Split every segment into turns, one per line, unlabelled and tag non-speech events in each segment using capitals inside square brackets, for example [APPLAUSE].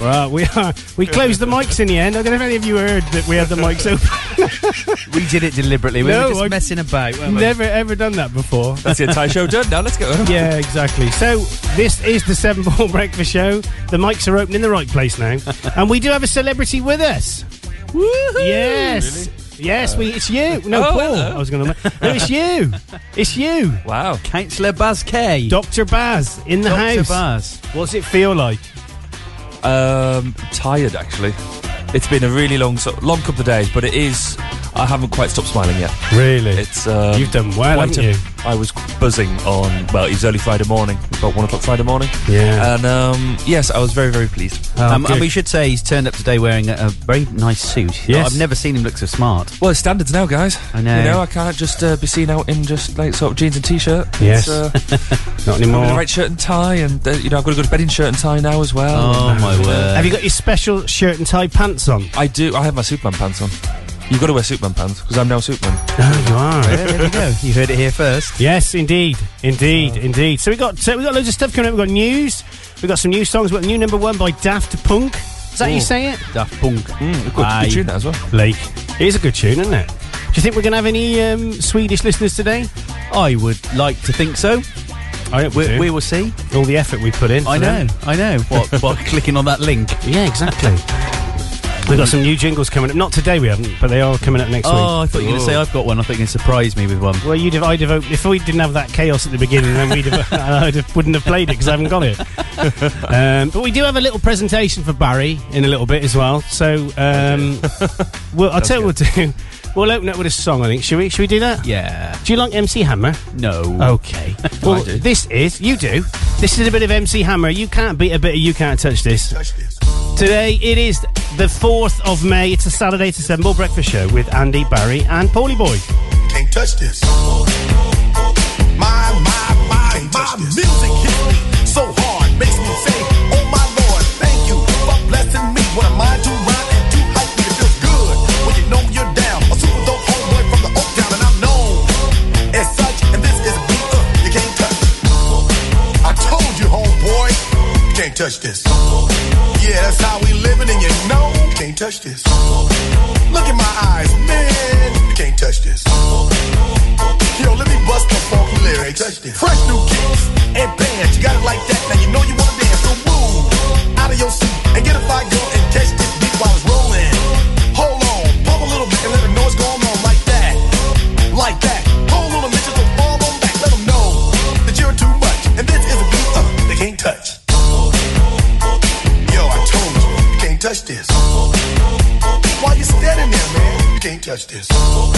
Uh, we are. We closed the mics in the end. I don't know if any of you heard that we had the mics open.
We did it deliberately. We
No,
were just
I-
messing about. weren't we?
Never ever done that before.
That's the entire show done. Now let's go.
Yeah, exactly. So this is the Seven Ball [LAUGHS] Breakfast Show. The mics are open in the right place now, and we do have a celebrity with us.
Woohoo!
Yes. Yes, we, it's you. No,
Oh,
Paul.
hello.
I was going to. No, it's you. It's you,
Wow.
Councillor Baz K.
Doctor Baz, in the
Dr.
house.
Baz.
What's it feel like?
Um, tired actually. It's been a really long, so- long couple of days, but it is. I haven't quite stopped smiling yet.
Really,
It's. Um,
you've done well,
quite
haven't
a-
you?
I was buzzing on. Well, it was early Friday morning, about one o'clock Friday morning,
Yeah.
and um, yes, I was very, very pleased.
Oh,
um, and
good.
we should say he's turned up today wearing a, a very nice suit.
Yes.
I've never seen him look so smart.
Well, it's standards now, guys.
I know.
You know, I can't just uh, be seen out in just like sort of jeans and t-shirt.
Yes. Oh.
It's,
[LAUGHS]
uh,
Not
I'm in the
anymore.
right shirt and tie, and uh, you know, I've got to go to bed in shirt and tie now as well.
Oh [LAUGHS] my word!
Have you got your special shirt and tie pants on?
I do. I have my Superman pants on. You've got to wear Superman pants because I'm now Superman.
Oh, you are.
Yeah,
[LAUGHS]
there we go. You heard it here first.
Yes, indeed, indeed, indeed. So we got so we got loads of stuff coming up. We have got news. We have got some new songs. We have got new number one by Daft Punk. Is that how you
Ooh.
say it?
Daft Punk.
Hmm.
Good, good tune that as well.
Blake. It is a good tune, isn't it? Do you think we're going to have any um, Swedish listeners today?
I would like to think so.
I don't
We, we will see.
All the effort we put in.
I
for
know.
them.
I know.
[LAUGHS]
What? By clicking on that link.
Yeah, exactly. We've got some new jingles coming up. Not today, we haven't, but they are coming up next
Oh, I
week.
thought you were going to say I've got one. I thought you are going to surprise me with one.
Well, you'd have, I'd have, op- if we didn't have that chaos at the beginning, then we'd have, [LAUGHS] I'd have, wouldn't have played it because I haven't got it. Um, but we do have a little presentation for Barry in a little bit as well. So, um, [LAUGHS] we'll, I'll tell you what we'll do. [LAUGHS] We'll open up with a song, I think. Should we? Should we do that?
Yeah.
Do you like MC Hammer?
Mm.
No.
Okay. Well,
do.
this is you do. This is a bit of MC Hammer. You can't beat a bit of you can't touch this. Today it is the fourth of May. It's a Saturday to Seven Ball Breakfast Show with Andy Barry and Paulie Boy.
Can't touch this. My, my, my, my music hits me so hard. Makes me say, oh my lord, thank you for blessing me. What a mind to rhyme and to hype me. It feels good when you know you're down. A super dope homeboy from the Oak Town and I'm known as such. And this is a beat up you can't touch. I told you, homeboy, you can't touch this. Yeah, that's how we living and you know you can't touch this. Look in my eyes, man, you can't touch this. Yo, let me bust the funky lyrics. Fresh new kicks and bands. You got it like that. Now you know you wanna dance. So move out of your seat and get a fire girl and catch this beat while it's rolling. Hold on, pump a little bit and let them know what's going on like that, like that. Hold on a minute, just fall on back. Let them know that you're too much and this is a beat up they can't touch. Yo, I told you, you can't touch this. Why you standing there, man? You can't touch this.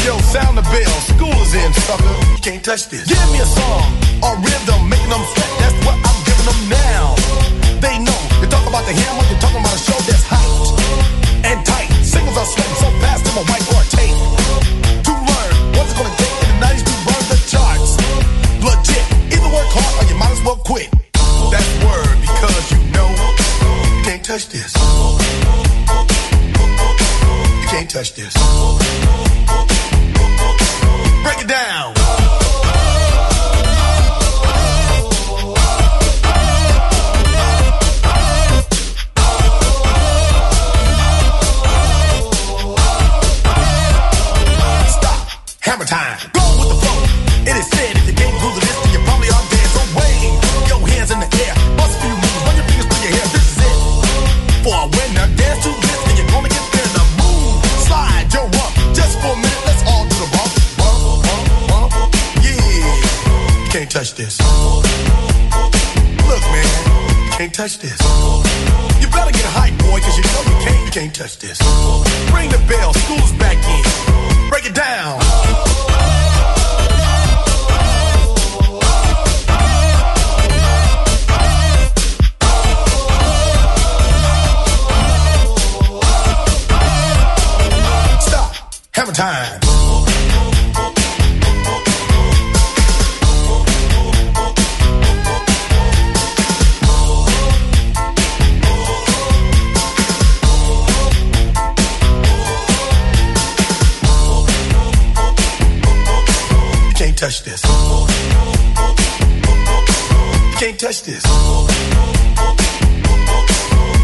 Yo, sound the bell. School is in, sucker. You can't touch this. Give me a song, a rhythm, making them sweat. That's what I'm giving them now. They know. You talk about the hammer, you're talking about a show that's hyped and tight. Singles are sweating so fast, I'm a white or tape. To learn what's it gonna take in the 90s to burn the charts. Legit. Either work hard or you might as well quit. That word, because you know you can't touch this. You can't touch this. Break it down. Stop. Hammer time. Go with the flow. It is said if you can't groove to this, then you probably are dead. So wave your hands in the air. Bust a few moves. Run your fingers through your hair. This is it. For a winner, dance to this, and you're gonna get there. Now move. Slide your rump. Just for a minute, let's all do the bump. Bump, bump, bump. Yeah. You can't touch this. Look, man. you Can't touch this. You better get hype, boy, cause you know you can't, you can't touch this. Ring the bell, school's back in. Break it down. Stop. Hammer time. You can't touch this. You can't touch this.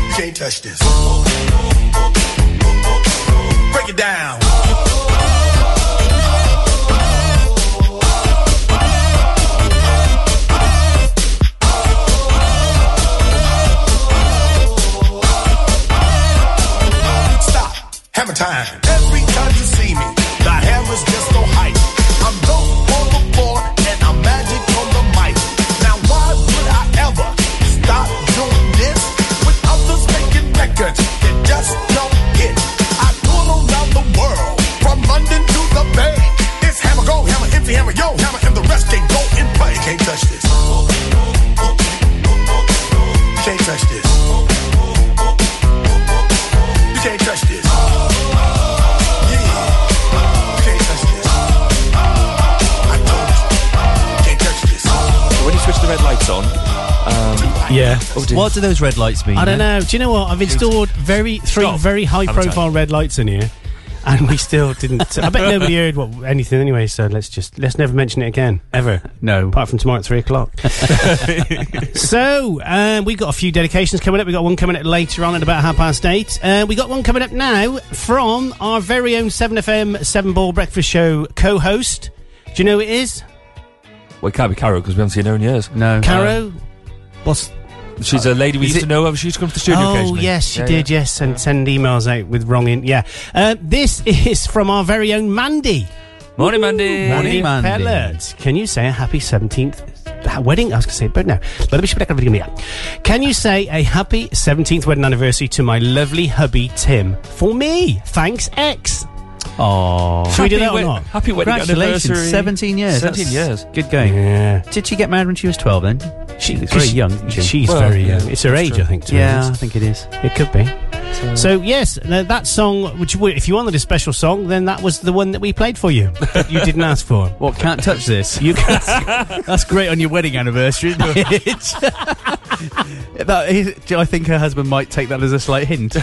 You can't touch this. Break it down. Stop. Hammer time. Every time you see me, the hammer's just no hype. I'm dope on the floor and I'm magic on the mic. Now why would I ever stop doing this? With others making records that just don't hit. I tour around the world, from London to the Bay. It's hammer go, hammer empty, hammer yo, hammer and the rest can go in play. Can't touch this. Can't touch this. You can't touch this. Yeah. You can't touch this. I told you. You can't touch this.
When you switch the red lights on,
Yeah.
What do those red lights mean?
Oh. I don't
then?
know. Do you know what? I've installed very three
Stop.
very high
Have a
profile red lights in here, and we
[LAUGHS]
still didn't. I bet nobody heard what anything anyway. So let's just let's never mention it again
[LAUGHS]
ever.
No.
Apart from tomorrow at three o'clock. so um, we've got a few dedications coming up. We've got one coming up later on at about half past eight. Uh, we got one coming up now from our very own Seven FM Seven Ball Breakfast Show co-host. Do you know who it is?
well, it can't be Caro because we haven't seen her in years.
No.
Caro. What's
She's a lady we
is
used to
it-
know. um, She used to come to the studio
Oh
occasionally.
yes, she
Yeah,
did. Yes, and send emails out with wrong in. Yeah, uh, this [LAUGHS] is from our very own Mandy.
Morning, Mandy.
Morning, Mandy.
Pellert. Can you say a happy seventeenth wedding? I was going to say, but no. Let me check everything here. Can you say a happy seventeenth wedding anniversary to my lovely hubby Tim for me? Thanks, X.
Oh.
Should we do
Happy
that or
wed-
not?
Happy wedding
Congratulations.
anniversary.
17 years.
17
That's
years.
Good going.
Yeah,
Did she get married when she was 12 then?
she,
She's very
she-
young, isn't she?
She's
Well,
very
yeah,
young. It's her
that's
age,
true.
I think. To be
yeah, I
honest.
think uh, it is.
it could be. So yes, th- that song. Which, we- if you wanted a special song, then that was the one that we played for you. That you didn't ask for.
What, can't touch this? [LAUGHS] You
[LAUGHS]
can't. That's great on your wedding anniversary, isn't it? that is, do I think her husband might take that as a slight [LAUGHS] hint.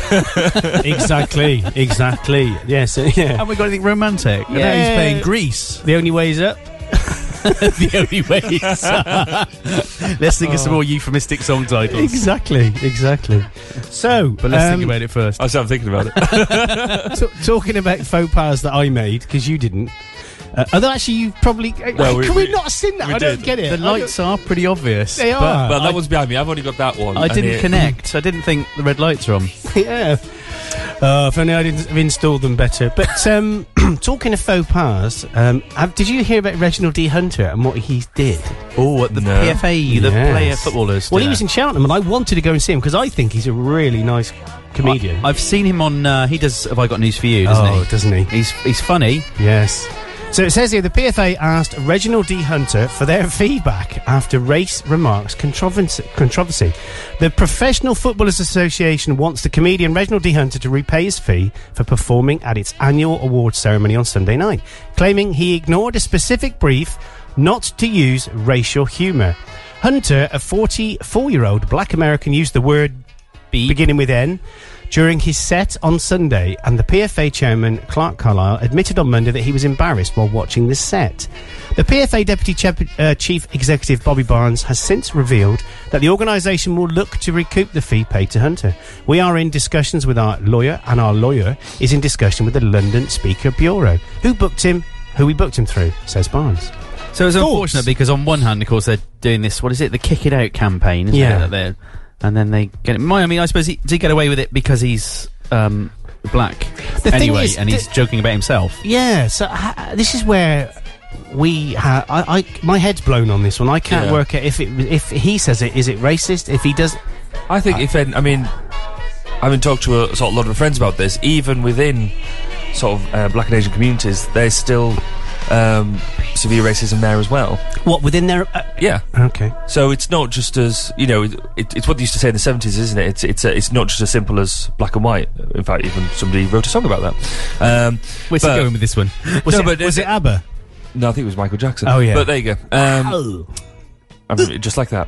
exactly, exactly. Yes, uh, yeah.
Have we got anything romantic? Yeah. Now he's
Yeah.
playing Greece.
The only way is up.
[LAUGHS] the only way.
[LAUGHS]
Let's think of some more euphemistic song titles.
Exactly, exactly. So,
But let's think
um,
about it first.
I started thinking about it.
t- talking about faux pas that I made because you didn't. Uh, although actually, you probably
Well, we-
can we,
we-
not have seen that?
we
I don't
did.
get it.
The
I don't-
lights are pretty obvious.
They
but
are.
well, that one's behind me. I've only got that one.
I
and
didn't
it-
connect. I didn't think the red lights were on.
[LAUGHS] yeah. Oh, if only I didn't have installed them better.
[LAUGHS]
But um, [CLEARS THROAT] talking of faux pas, um, have, did you hear about Reginald D. Hunter and what he did?
Oh, at the
No.
PFA, the
Yes.
player footballers.
Well, he
dinner.
was in Cheltenham, and I wanted to go and see him because I think he's a really nice comedian.
I, have seen him on. Uh, he does. Have I got news for you? Doesn't
oh,
he?
doesn't he?
He's he's funny.
Yes. So it says here the PFA asked Reginald D. Hunter for their [LAUGHS] feedback after race remarks controversy. controversy. The Professional Footballers Association wants the comedian Reginald D. Hunter to repay his fee for performing at its annual award ceremony on Sunday night, claiming he ignored a specific brief not to use racial humour. Hunter, a 44 year old black American, used the word
Beep.
beginning with N, during his set on Sunday, and the PFA chairman, Clark Carlisle, admitted on Monday that he was embarrassed while watching the set. The PFA deputy chep- uh, chief executive, Bobby Barnes, has since revealed that the organisation will look to recoup the fee paid to Hunter. We are in discussions with our lawyer, and our lawyer is in discussion with the London Speaker Bureau, who booked him, who we booked him through, says Barnes.
So it's
Thoughts?
unfortunate because on one hand, of course, they're doing this. What is it? The kick it out campaign. Isn't
Yeah.
It, that they're- and then they get. It. I mean, I suppose he did get away with it because he's um, black.
The thing
anyway,
is
and he's joking about himself.
Yeah, so ha- this is where we ha- I, I my head's blown on this one. I can't
Yeah.
work out if it if he says it is it racist. If he does,
I think if any, I mean, having talked to a sort of lot of friends about this, even within sort of uh, black and Asian communities, there's still um, severe racism there as well.
what within their uh,
Yeah.
okay.
So it's not just as you know, it, it, it's what they used to say in the seventies, isn't it? It's it's uh, it's not just as simple as black and white. In fact, even somebody wrote a song about that. [LAUGHS] Um,
Where's he
But-
going with this one?
Was
No,
it,
but
was
is
it
it-
ABBA?
no, I think it was Michael Jackson.
Oh, yeah.
but there you go. Um,
Oh.
I remember it just like that.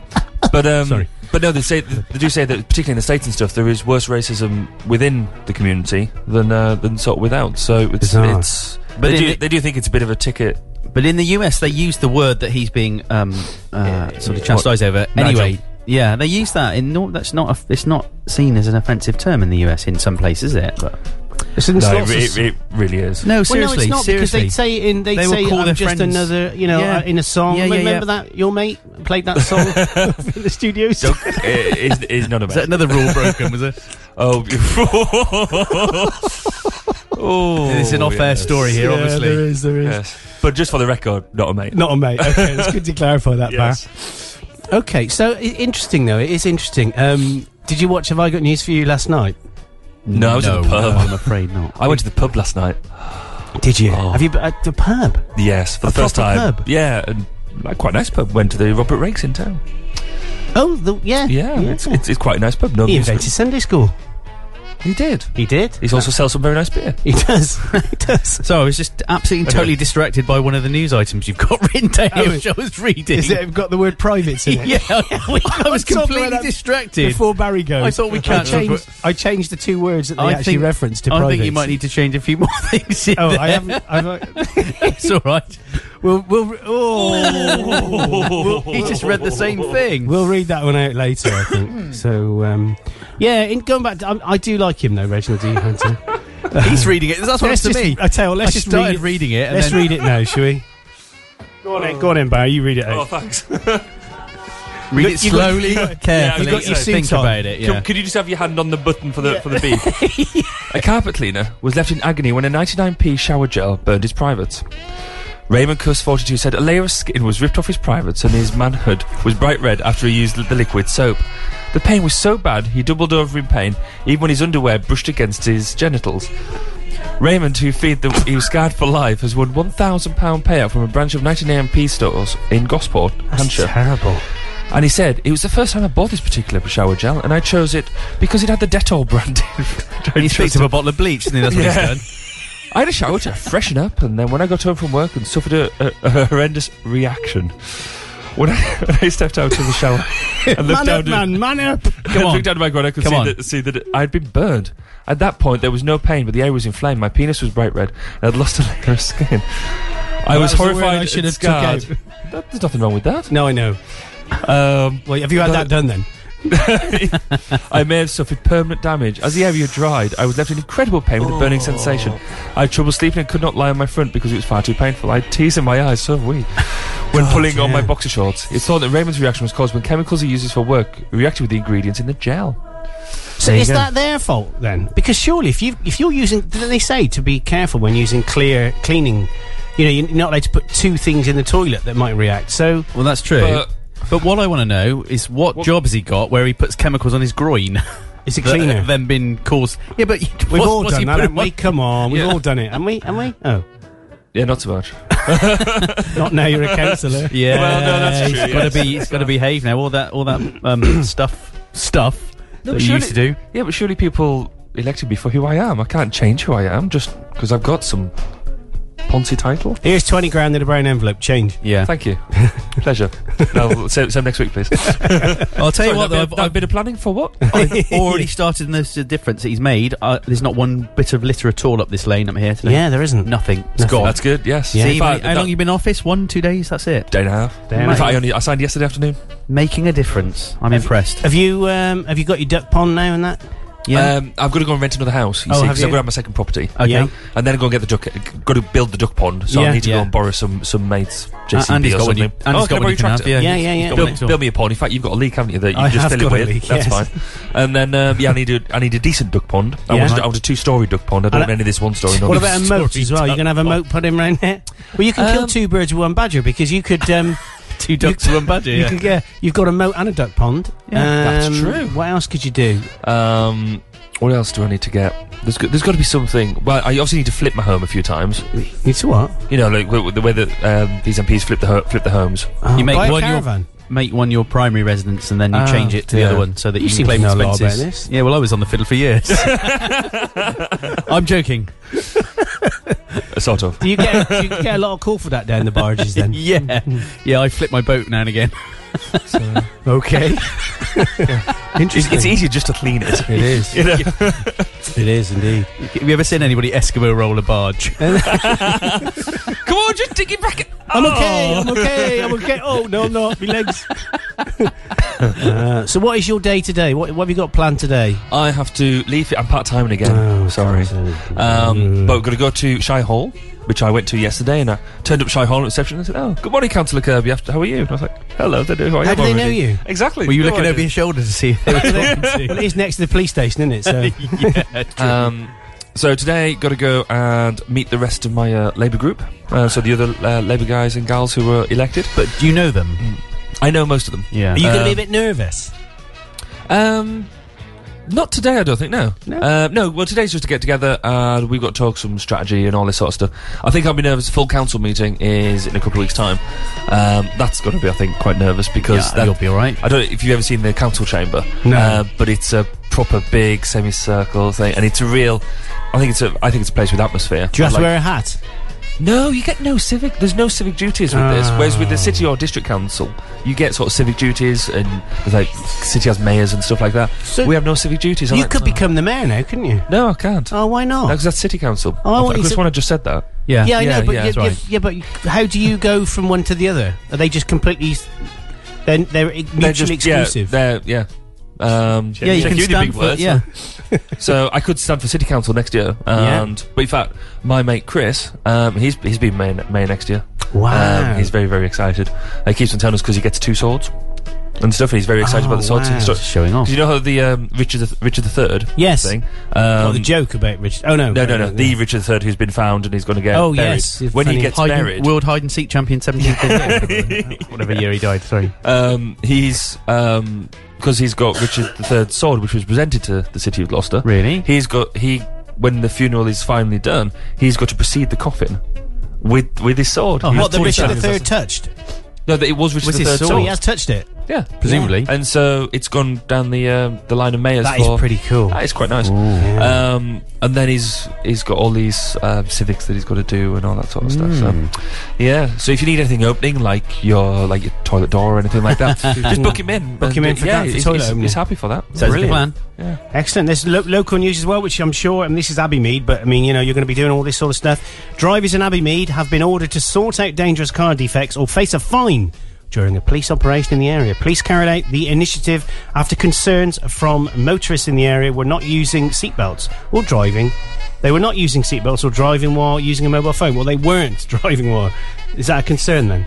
But um,
Sorry.
But no, they say they do say that, particularly in the states and stuff, there is worse racism within the community than uh, than sort of without. So it's
Bizarre.
it's.
But
they
in
do,
the-
they do think it's a bit of a ticket.
But in the US, they use the word that he's being um, uh, sort of
What?
chastised over.
Nigel.
Anyway, Yeah, they use that in. No, that's not. A, it's not seen as an offensive term in the US in some places, is it? But
It's in
No,
lots
it,
of-
it, it really is.
no,
Well, no,
seriously,
it's not because
seriously.
they'd say it in they'd
They will
say
call
I'm
their
just
friends.
another you know
Yeah.
uh, in a song.
Yeah, yeah,
Remember
yeah.
that your mate played that
[LAUGHS]
song [LAUGHS] in the studios.
Don't- it- it's, it's not a [LAUGHS]
Is that another rule broken?
[LAUGHS]
Was it?
Oh, [LAUGHS] oh,
it's an off-air
yes.
story here, obviously.
is, there is.
Yes. But just for the record, not a mate.
Not a mate. Okay,
[LAUGHS]
it's good to clarify that,
Yes.
Bar. Okay, so i- interesting though. It is interesting. Um, did you watch Have I Got News for You last night?
No, I was at the pub.
I'm afraid [LAUGHS] not.
I went to the pub last night.
Did you?
Oh.
Have you been at the pub?
Yes, for the
A
first
proper
time.
pub?
Yeah, and like quite a nice pub. Went to the Robert Rakes in town.
Oh, the, yeah.
Yeah, It's, it's it's quite a nice pub. No,
he
music.
invented Sunday school.
he did.
He did.
He also sells some very nice beer.
He does. [LAUGHS] he does.
So I was just
Absolutely, and totally distracted by one of the news items you've got [LAUGHS] written down,
Oh,
which I was reading. [LAUGHS]
Is it got the word privates [LAUGHS] in it?
yeah, I was
Talking
completely
about that
distracted.
Before Barry goes,
I thought we
I
can't-
changed, I changed the two words that they
I
actually
think-
referenced to
I
privates.
think you might need to change a few [LAUGHS] more things. in
[LAUGHS] Oh,
there.
I [LAUGHS] haven't. I've, uh,
it's all right.
we'll, we'll, oh.
He just read the same thing.
We'll read that one out later, I think. so, um, yeah, in going back, to, I, I do like him though, Reginald D. [LAUGHS] Hunter.
He's reading it. That's what it's
let's
to
just,
me.
I tell. you,
I
Let's just read
started
it.
reading it. And
let's
then
read it now, shall we? Go on in, go on in, Barry. You read it
Oh, [LAUGHS]
out.
thanks.
read it
You got- you got- [LAUGHS]
slowly,
you got-
carefully.
yeah, you got your
think
suit on.
about it. Yeah.
Could, could you just have your hand on the button for the for the beep? A carpet cleaner was left in agony when a 99p shower gel burned his privates. Raymond Cuss 42 said a layer of skin was ripped off his privates and his manhood was bright red after he used the liquid soap. The pain was so bad he doubled over in pain, even when his underwear brushed against his genitals. Raymond, who feared that he was scarred for life, has won £1,000 payout from a branch of 99p stores in Gosport, Hampshire.
Terrible.
And he said, It was the first time I bought this particular shower gel, and I chose it because it had the Dettol brand in it. [LAUGHS] I
He
chose
picked
it.
up a bottle of bleach, and then that's what he's done.
I had a shower to freshen up, and then when I got home from work and suffered a, a, a horrendous reaction. When I, [LAUGHS] when I stepped out of the
[LAUGHS]
shower and looked
Man
down,
up,
to, [LAUGHS]
man, man up.
and
on.
looked down to my groin, I could
Come
see
on.
that, see that I'd been burned. At that point, there was no pain, but the air was inflamed. My penis was bright red, and I'd lost a layer of skin. I was
that was the word
horrified.
I
and
should have took
scarred.
out.
That- there's nothing wrong with that.
No, I know.
Um,
Well, have you had
No.
that done then?
I may have suffered permanent damage. As the area dried, I was left in incredible pain with a burning sensation. I had trouble sleeping and could not lie on my front because it was far too painful. I had tears in my eyes, so have we. When pulling on my
yeah.
boxer shorts, it's thought that Raymond's reaction was caused when chemicals he uses for work reacted with the ingredients in the gel.
So
There you
is
go.
that their fault then? Because surely, if you if you're using, didn't they say to be careful when using clear cleaning? You know, you're not allowed to put two things in the toilet that might react. So
Well, that's true.
But-
But, what I want to know is what, job has he got where he puts chemicals on his groin [LAUGHS]
it's a
that
cleaner.
have then been caused? Yeah, but [LAUGHS]
We've
what's-
all
what's he
done that,
put
haven't
on-
we? Come on, we've
Yeah.
all done it, haven't we? Haven't we? Oh,
Yeah, not so much.
not now [LAUGHS] you're a counsellor.
Yeah,
Well, no, that's true,
He's
yes.
got to be. He's got to behave now. All that. All that
[COUGHS]
um, stuff. Stuff
No,
that you
surely-
used to do.
Yeah, but surely people elected me for who I am. I can't change who I am just because I've got some Ponzi title.
Here's twenty grand in a brown envelope. Change.
Yeah.
Thank you. Pleasure. No, same, same next week, please.
I'll tell you what. Though,
Sorry, that bit-
I've,
that
I've,
bit of planning for what?
[LAUGHS]
I've already started to notice the difference that he's made. Uh, there's not one bit of litter at all up this lane up here today.
Yeah, there isn't.
Nothing. It's
Nothing.
gone.
That's good, yes.
Yeah.
See,
In
how
fact,
how
that-
long you been in office? One, two days. That's it.
Day and a half.
Damn
In
it.
fact, I only I signed yesterday afternoon.
Making a difference. I'm impressed.
Have you Uh, um, have you got your duck pond now and that?
Yeah.
Um, I've got to go and rent another house. You
Oh,
see,
have
because I've
you?
got to have my second property,
okay.
yeah.
and then go and get the duck. Got to build the duck pond, so
Yeah.
I need to
Yeah.
go and borrow some some mates. JCB
Uh, Andy's
or
got one
something.
you- Andy's got
oh, can I
one
borrow
you
your
can have,
tractor?
yeah.
Yeah, yeah, yeah.
Got one.
Build, build me a pond. In fact, you've got a leak, haven't you? That you
I
just
have
fill it
got a
with.
leak,
That's
yes.
fine. And then um, yeah, I need a I need a decent duck pond. I,
Yeah.
want, a- I want a two story duck pond. I don't
And
want
I-
any of this one story.
[LAUGHS]
[LAUGHS]
What about a moat as well? You're gonna have a moat put in round here. Well, you can kill
Um,
two birds with one badger because you
[LAUGHS]
could. Um,
Two ducks, one budget.
You could, yeah, you've got a moat and a duck pond.
Yeah,
that's
Um,
true.
What else could you do?
[LAUGHS] Um, what else do I need to get? There's go- there's got to be something. Well, I obviously need to flip my home a few times.
It's what?
You know, like w- w- the way that um, these MPs flip the ho- flip the homes.
Oh,
You make
buy a
one your-
[LAUGHS]
caravan.
make one your primary residence and then you
Ah,
change it to
yeah.
the other one so that
You
you,
seem
can claim
to know a lot
expenses.
about this.
Yeah, well, I was on the fiddle for years.
[LAUGHS]
[LAUGHS] I'm joking.
uh, Sort of.
Do you get do
[LAUGHS]
you get a lot of call for that down the barges then?
Yeah, yeah, I flip my boat now and again.
So, Okay.
It's,
Interesting.
it's easier just to clean it.
It
[LAUGHS]
is.
You know?
It is indeed.
[LAUGHS] Have you ever seen anybody Eskimo roll a
[LAUGHS]
barge?
Come on, just dig Oh. it back.
I'm okay. I'm okay. I'm okay. Oh no, I'm not.
[LAUGHS]
My legs. uh, so, what is your day today? What, what have you got planned today? Oh,
I have to leave it. I'm part timing again. sorry. Um, but we're going to go to Shy Hall, which I went to yesterday, and I turned up Shy Hall at reception and said, "Oh, good morning, Councillor Kirby. After- How are you?" And I was like, "Hello, they do. Who I
How
am
do they know
already."
you?
Exactly.
Were you
No
looking
idea.
over your shoulder to see?
[LAUGHS]
[LAUGHS]
Well, it is next to the police station, isn't it?
[LAUGHS]
So,
Um, so today, got to go and meet the rest of my uh, Labour group. Uh, so the other uh, Labour guys and gals who were elected.
But do you know them?
I know most of them.
Yeah.
are you going to be
Um,
a bit nervous?
Um, not today, I don't think. No, no. Uh, no well, today's just to get together. Uh, we've got to talk some strategy and all this sort of stuff. I think I'll be nervous. Full council meeting is in a couple of weeks' time. Um, that's got to be, I think, quite nervous because that-
you'll be all right.
I don't know if you've ever seen the council chamber.
No.
uh, but it's a proper big semicircle thing, and it's a real. I think it's a. I think it's a place with atmosphere.
Do you have
Like-
to wear a hat?
no, you get no civic. There's no civic duties with this. Whereas with the city or district council, you get sort of civic duties and there's like city has mayors and stuff like that.
So-
we have no civic duties. I'm
You
like,
could
"Oh."
become the mayor now, couldn't you?
No, I can't.
Oh, why not?
Because that's city council.
Oh, I
I, th-
want
I
you
just
to-
want to just said that.
Yeah.
Yeah, I know, but
yeah,
you-
that's
you-
right.
yeah, but you- how do you go from one to the other? Are they just completely? s- They're, they're mutually exclusive.
Yeah, they're, yeah. Um,
Yeah, you can
check with your
stand
big
for-
words.
yeah.
So I could stand for city council next year.
Yeah.
And but in fact, my mate Chris, um, he's he's been mayor, mayor next year.
wow.
Um, he's very, very excited. He keeps on telling us because he gets two swords and stuff, and he's very excited
Oh,
about the swords.
wow.
And stuff.
Showing off.
Do you know how the um, Richard the, Richard the Third?
Yes.
Thing. Um,
oh, the joke about Richard. Oh no,
no, no, no. The Richard the Third who's been found and he's going to get.
Oh,
buried.
yes, it's
When
funny.
he gets
Hide and-
buried,
World hide and seek champion, [LAUGHS] 17th whatever year he died. Sorry.
um, he's because he's got Richard the Third's sword, which was presented to the city of Gloucester.
Really?
He's got he when the funeral is finally done, he's got to precede the coffin. With with his sword, He's
what Oh, the
fully
Richard the
standing
Third
with
touched?
us. No, that it was Richard
Was
the
his
Third's
sword?
Oh,
sword.
he has touched it.
Yeah,
Presumably.
And so it's gone down the um, the line of mayors.
That
for,
is pretty cool.
That is quite nice. Um, and then he's he's got all these um, civics that he's got to do and all that sort of
Hmm.
stuff. So yeah. So if you need anything opening, like your like your toilet door or anything like
[LAUGHS]
that, just book him in.
Book him
And,
in for
yeah,
that- for
he's,
toilet
he's-
opening.
he's happy for that.
Sounds like a
Brilliant.
plan.
Excellent. There's lo- local news as well, which I'm sure, and this is Abbeymead, but I mean, you know, you're going to be doing all this sort of stuff. Drivers in Abbeymead have been ordered to sort out dangerous car defects or face a fine during a police operation in the area. Police carried out the initiative after concerns from motorists in the area were not using seatbelts or driving. They were not using seatbelts or driving while using a mobile phone. Well, they weren't [LAUGHS] driving while. Is that a concern then?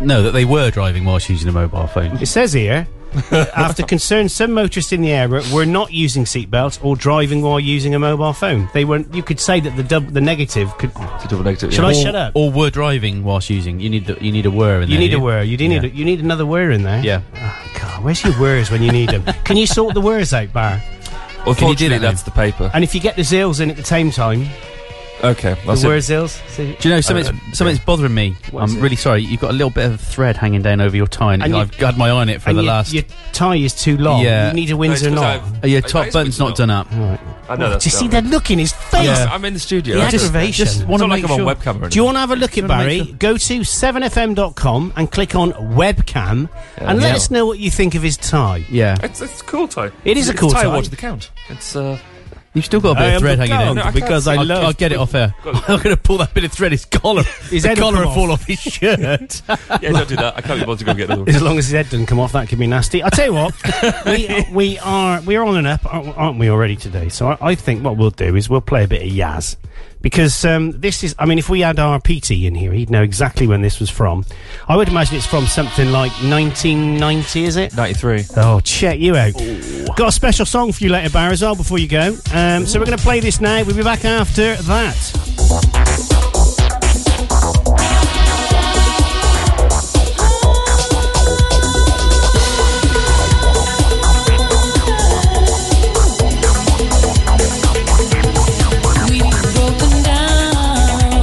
No, that they were driving whilst using a mobile phone.
It
[LAUGHS]
says here, after concerns some motorists in the area were not using seatbelts or driving while using a mobile phone. They weren't. You could say that the dub, the negative could.
It's a double negative.
Shall
yeah.
I
or,
shut up?
Or were driving whilst using. You need the, you need a were in
You
there.
need a
yeah.
word. You do need.
Yeah.
A, you need another word in there.
Yeah.
Oh, God, where's your words when you
[LAUGHS]
need them? Can you sort the words out, Bar?
Unfortunately,
that now?
that's the paper.
And if you get the zills in at the same time,
Okay, that's
the
it.
word zills. See?
Do you know something's,
I don't-
something's bothering me? I'm
is it?
really sorry. You've got a little bit of thread hanging down over your tie, and,
And you-
I've had my eye on it for
And
the
your,
last.
your tie is too long.
Yeah.
You need a
No,
Windsor
it's 'cause
knot.
I've-
Oh, your
I-
top
it's
button's not
because
done up.
I know that's
Do you see
done.
that look in his face?
Yeah.
I'm in the studio.
The
That's it.
aggravation.
Just
It's
want to
not
make
like I'm
sure.
on webcam or anything.
Do you want to have a look at
wanna
Barry?
make
Go to 7fm.com and click on webcam and let
Yeah.
us know what you think of his tie.
Yeah,
It's, it's a cool tie.
It is a cool
it's
tie.
Tie to the count. It's
[LAUGHS]
uh,
you've still got a
I
bit
am
of thread
the
hanging down
goat
No, I
because
can't
I
see.
love. I'll get it off [LAUGHS] air.
[LAUGHS]
I'm going to pull that bit of thread. His collar,
His
his
head
the
will
collar, will
come
fall off his shirt.
yeah. Don't do that. I can't be bothered to go and get another. one.
[LAUGHS] As long as his head doesn't come off, that could be nasty. I tell
[LAUGHS]
you what, we, we are we are on and up, aren't aren't we already today? So I, I think what we'll do is we'll play a bit of Yaz because um, this is. I mean, if we had our PT in here, he'd know exactly when this was from. I would imagine it's from something like 1990, is it?
Ninety-three.
Oh, check you out.
Oh.
Got a special song for you later, Bar, as well, before you go. Um, so we're going to play this now. We'll be back after that.
We've broken down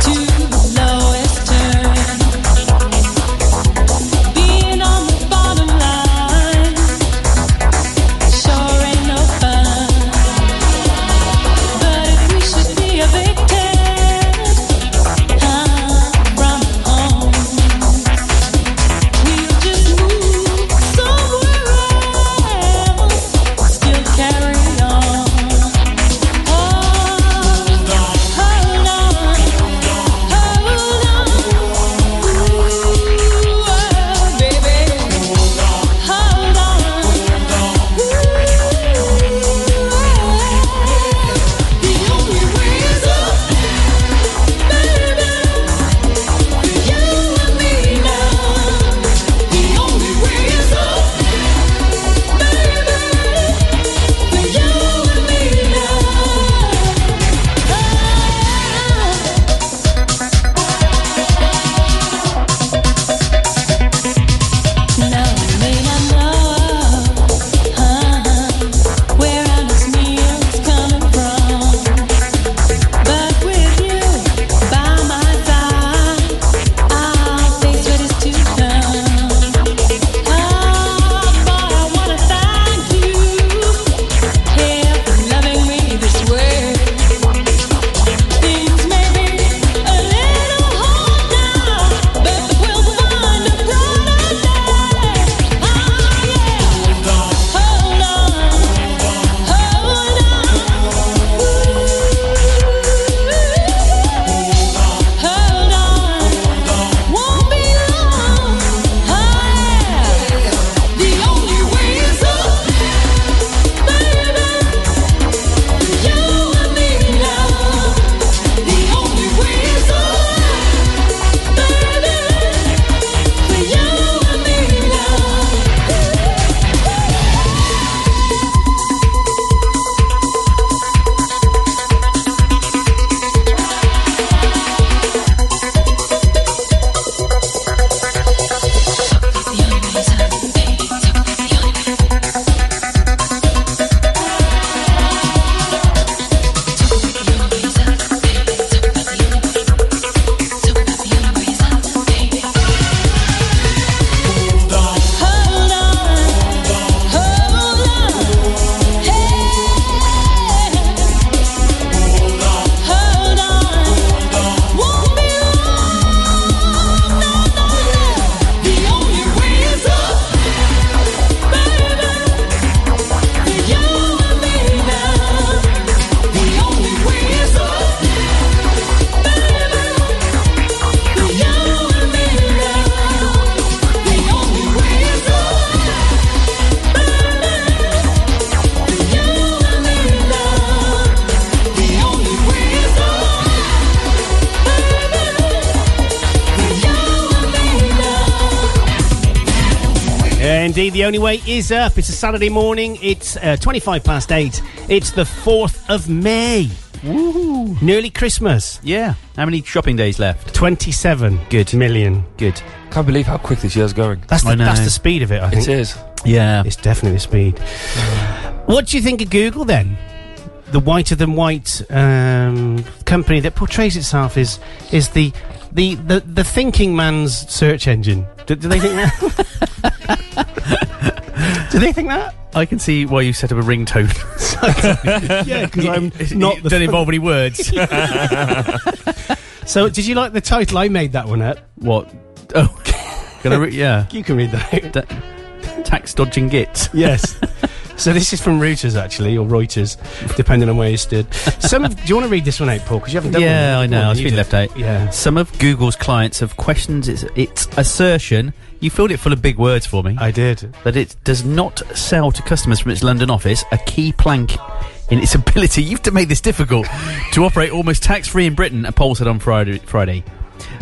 to the lowest turn, being on the bottom line sure ain't no fun. But if we should
Uh, Indeed, the only way is up. It's a Saturday morning. It's uh, 25 past 8. It's the 4th of May. Woo! Nearly Christmas.
Yeah. How many shopping days left?
27
Good.
million.
Good.
Can't believe how quick this year's going.
That's
I
the,
know.
that's the speed of it, I think.
It is.
Yeah.
It's definitely the speed. What do you think of Google then? The whiter than white um, company that portrays itself is is the the, the, the thinking man's search engine. Do, do they think that? do they think that?
[LAUGHS] I can see why you set up a ringtone.
Yeah, because [LAUGHS] I'm
[LAUGHS] Not don't involve any words.
So, did you like the title? I made that one up.
what?
[LAUGHS]
Oh, gonna re- yeah.
You can read that. [LAUGHS] out.
Tax dodging git.
yes. So this is from Reuters actually, or Reuters, depending on where you stood. Some. Of, do you want to read this one out, Paul? Because you haven't done.
Yeah,
one.
I know.
Well,
It's
you
been
did.
left out.
Yeah.
Some of Google's clients have questioned its, its assertion. You filled it full of big words for me.
I did.
that it does not sell to customers from its London office, a key plank in its [LAUGHS] ability. You've to make this difficult to operate almost tax-free in Britain. A poll said on Friday. Friday.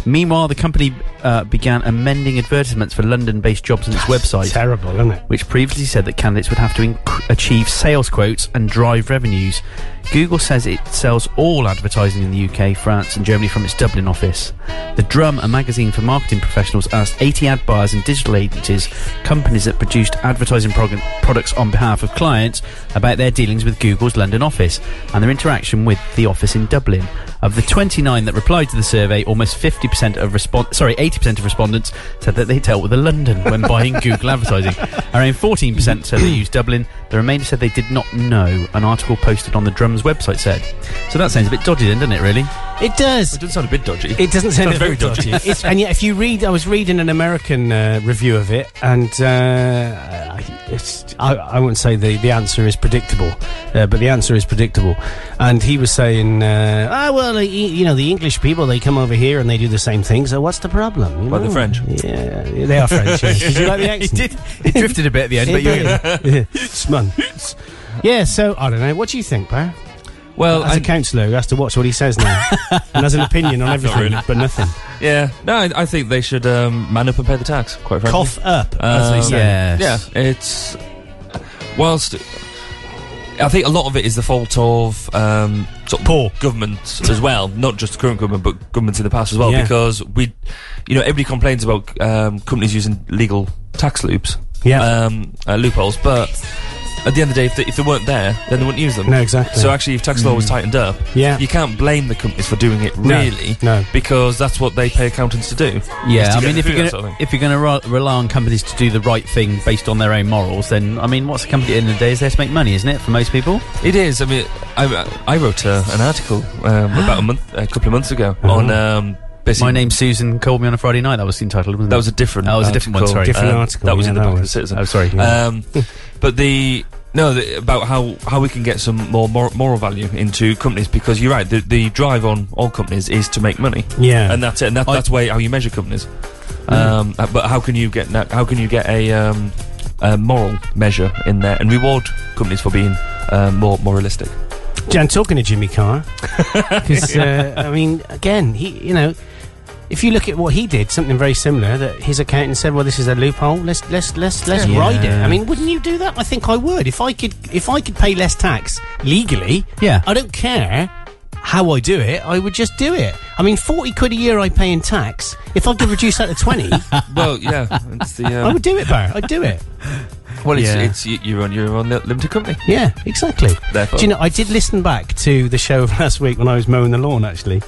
Meanwhile, the company uh, began amending advertisements for London-based jobs on its website,
Terrible, isn't it?
which previously said that candidates would have to inc- achieve sales quotes and drive revenues. Google says it sells all advertising in the UK, France, and Germany from its Dublin office. The Drum, a magazine for marketing professionals, asked 80 ad buyers and digital agencies, companies that produced advertising prog- products on behalf of clients, about their dealings with Google's London office and their interaction with the office in Dublin. Of the 29 that replied to the survey, almost 50% of respon- sorry, 80% of respondents said that they dealt with a London
[LAUGHS]
when buying Google advertising. Around 14% said they used Dublin. The remainder said they did not know. An article posted on the Drums website said. So that sounds a bit dodgy, then, doesn't it? Really?
It does.
It does sound a bit dodgy.
It doesn't sound
Sounds very
very dodgy. it's, and yet, if you read, I was reading an American uh, review of it, and uh, I- it's, I, I wouldn't say the, the answer is predictable, uh, but the answer is predictable. And he was saying, uh, "Ah, well, y- you know, the English people they come over here and they do the same thing. So what's the problem?" You
Well,
know?
they're French.
Yeah, they are French. yes. Did you like the accent?
It drifted a bit at the end,
[LAUGHS]
but you.
did. It's man. Yeah, so I don't know. What do you think, Barry?
well,
As a
I,
counsellor who has to watch what he says now and has an opinion on everything,
really.
but nothing.
yeah. No, I, I think they should um, man up and pay the tax, quite frankly.
Cough up, as they
Um,
say.
Yes.
Yeah, it's whilst I think a lot of it is the fault of um, sort of
Poor.
government as well, not just the current government, but governments in the past as well,
Yeah.
because we, you know, everybody complains about um, companies using legal tax loops,
Yeah.
um, uh, loopholes, but at the end of the day, if they, if they weren't there, then they wouldn't use them.
No, exactly.
So actually, if tax law was tightened up,
Yeah.
you can't blame the companies for doing it,
No,
really,
no.
because that's what they pay accountants to do.
Yeah,
to
I
get
mean, if
through
you're
that
gonna,
sort of thing.
if you're going to re- rely on companies to do the right thing based on their own morals, then I mean, what's a company at the end of the day is there to make money, isn't it? For most people,
It is. I mean, I, I wrote uh, an article um, about a month, a couple of months ago on um, basically.
Ah. Uh-huh. my name's Susan called me on a Friday night. That was entitled. Wasn't
That
it?
was a different. Um,
That was a different one, sorry.
Different article,
That was
yeah,
in the
that
back of the
was-
Citizen.
Oh,
[LAUGHS]
sorry.
Um, [LAUGHS] but the no the, about how how we can get some more mor- moral value into companies because you're right. The, the drive on all companies is to make money,
Yeah.
and that's it. And that,
I- Mm.
that's way how you measure companies. Um, uh, but how can you get na- how can you get a, um, a moral measure in there and reward companies for being um, more moralistic?
Jan, talking to Jimmy Carr, because uh, I mean, again, he, you know, if you look at what he did, something very similar. That his accountant said, "Well, this is a loophole. Let's let's let's let's
Yeah.
ride it."
Yeah.
I mean, wouldn't you do that? I think I would if I could. If I could pay less tax legally,
yeah.
I don't care how I do it. I would just do it. I mean, forty quid a year I pay in tax. If I could reduce that to twenty,
well, yeah, it's the
I
um,
[LAUGHS] would do it, Barry. I'd do it.
well, it's,
Yeah.
it's you- you're on your own li- limited company.
Yeah, exactly.
Therefore,
Do you know, I did listen back to the show of [LAUGHS] last week when I was mowing the lawn, actually.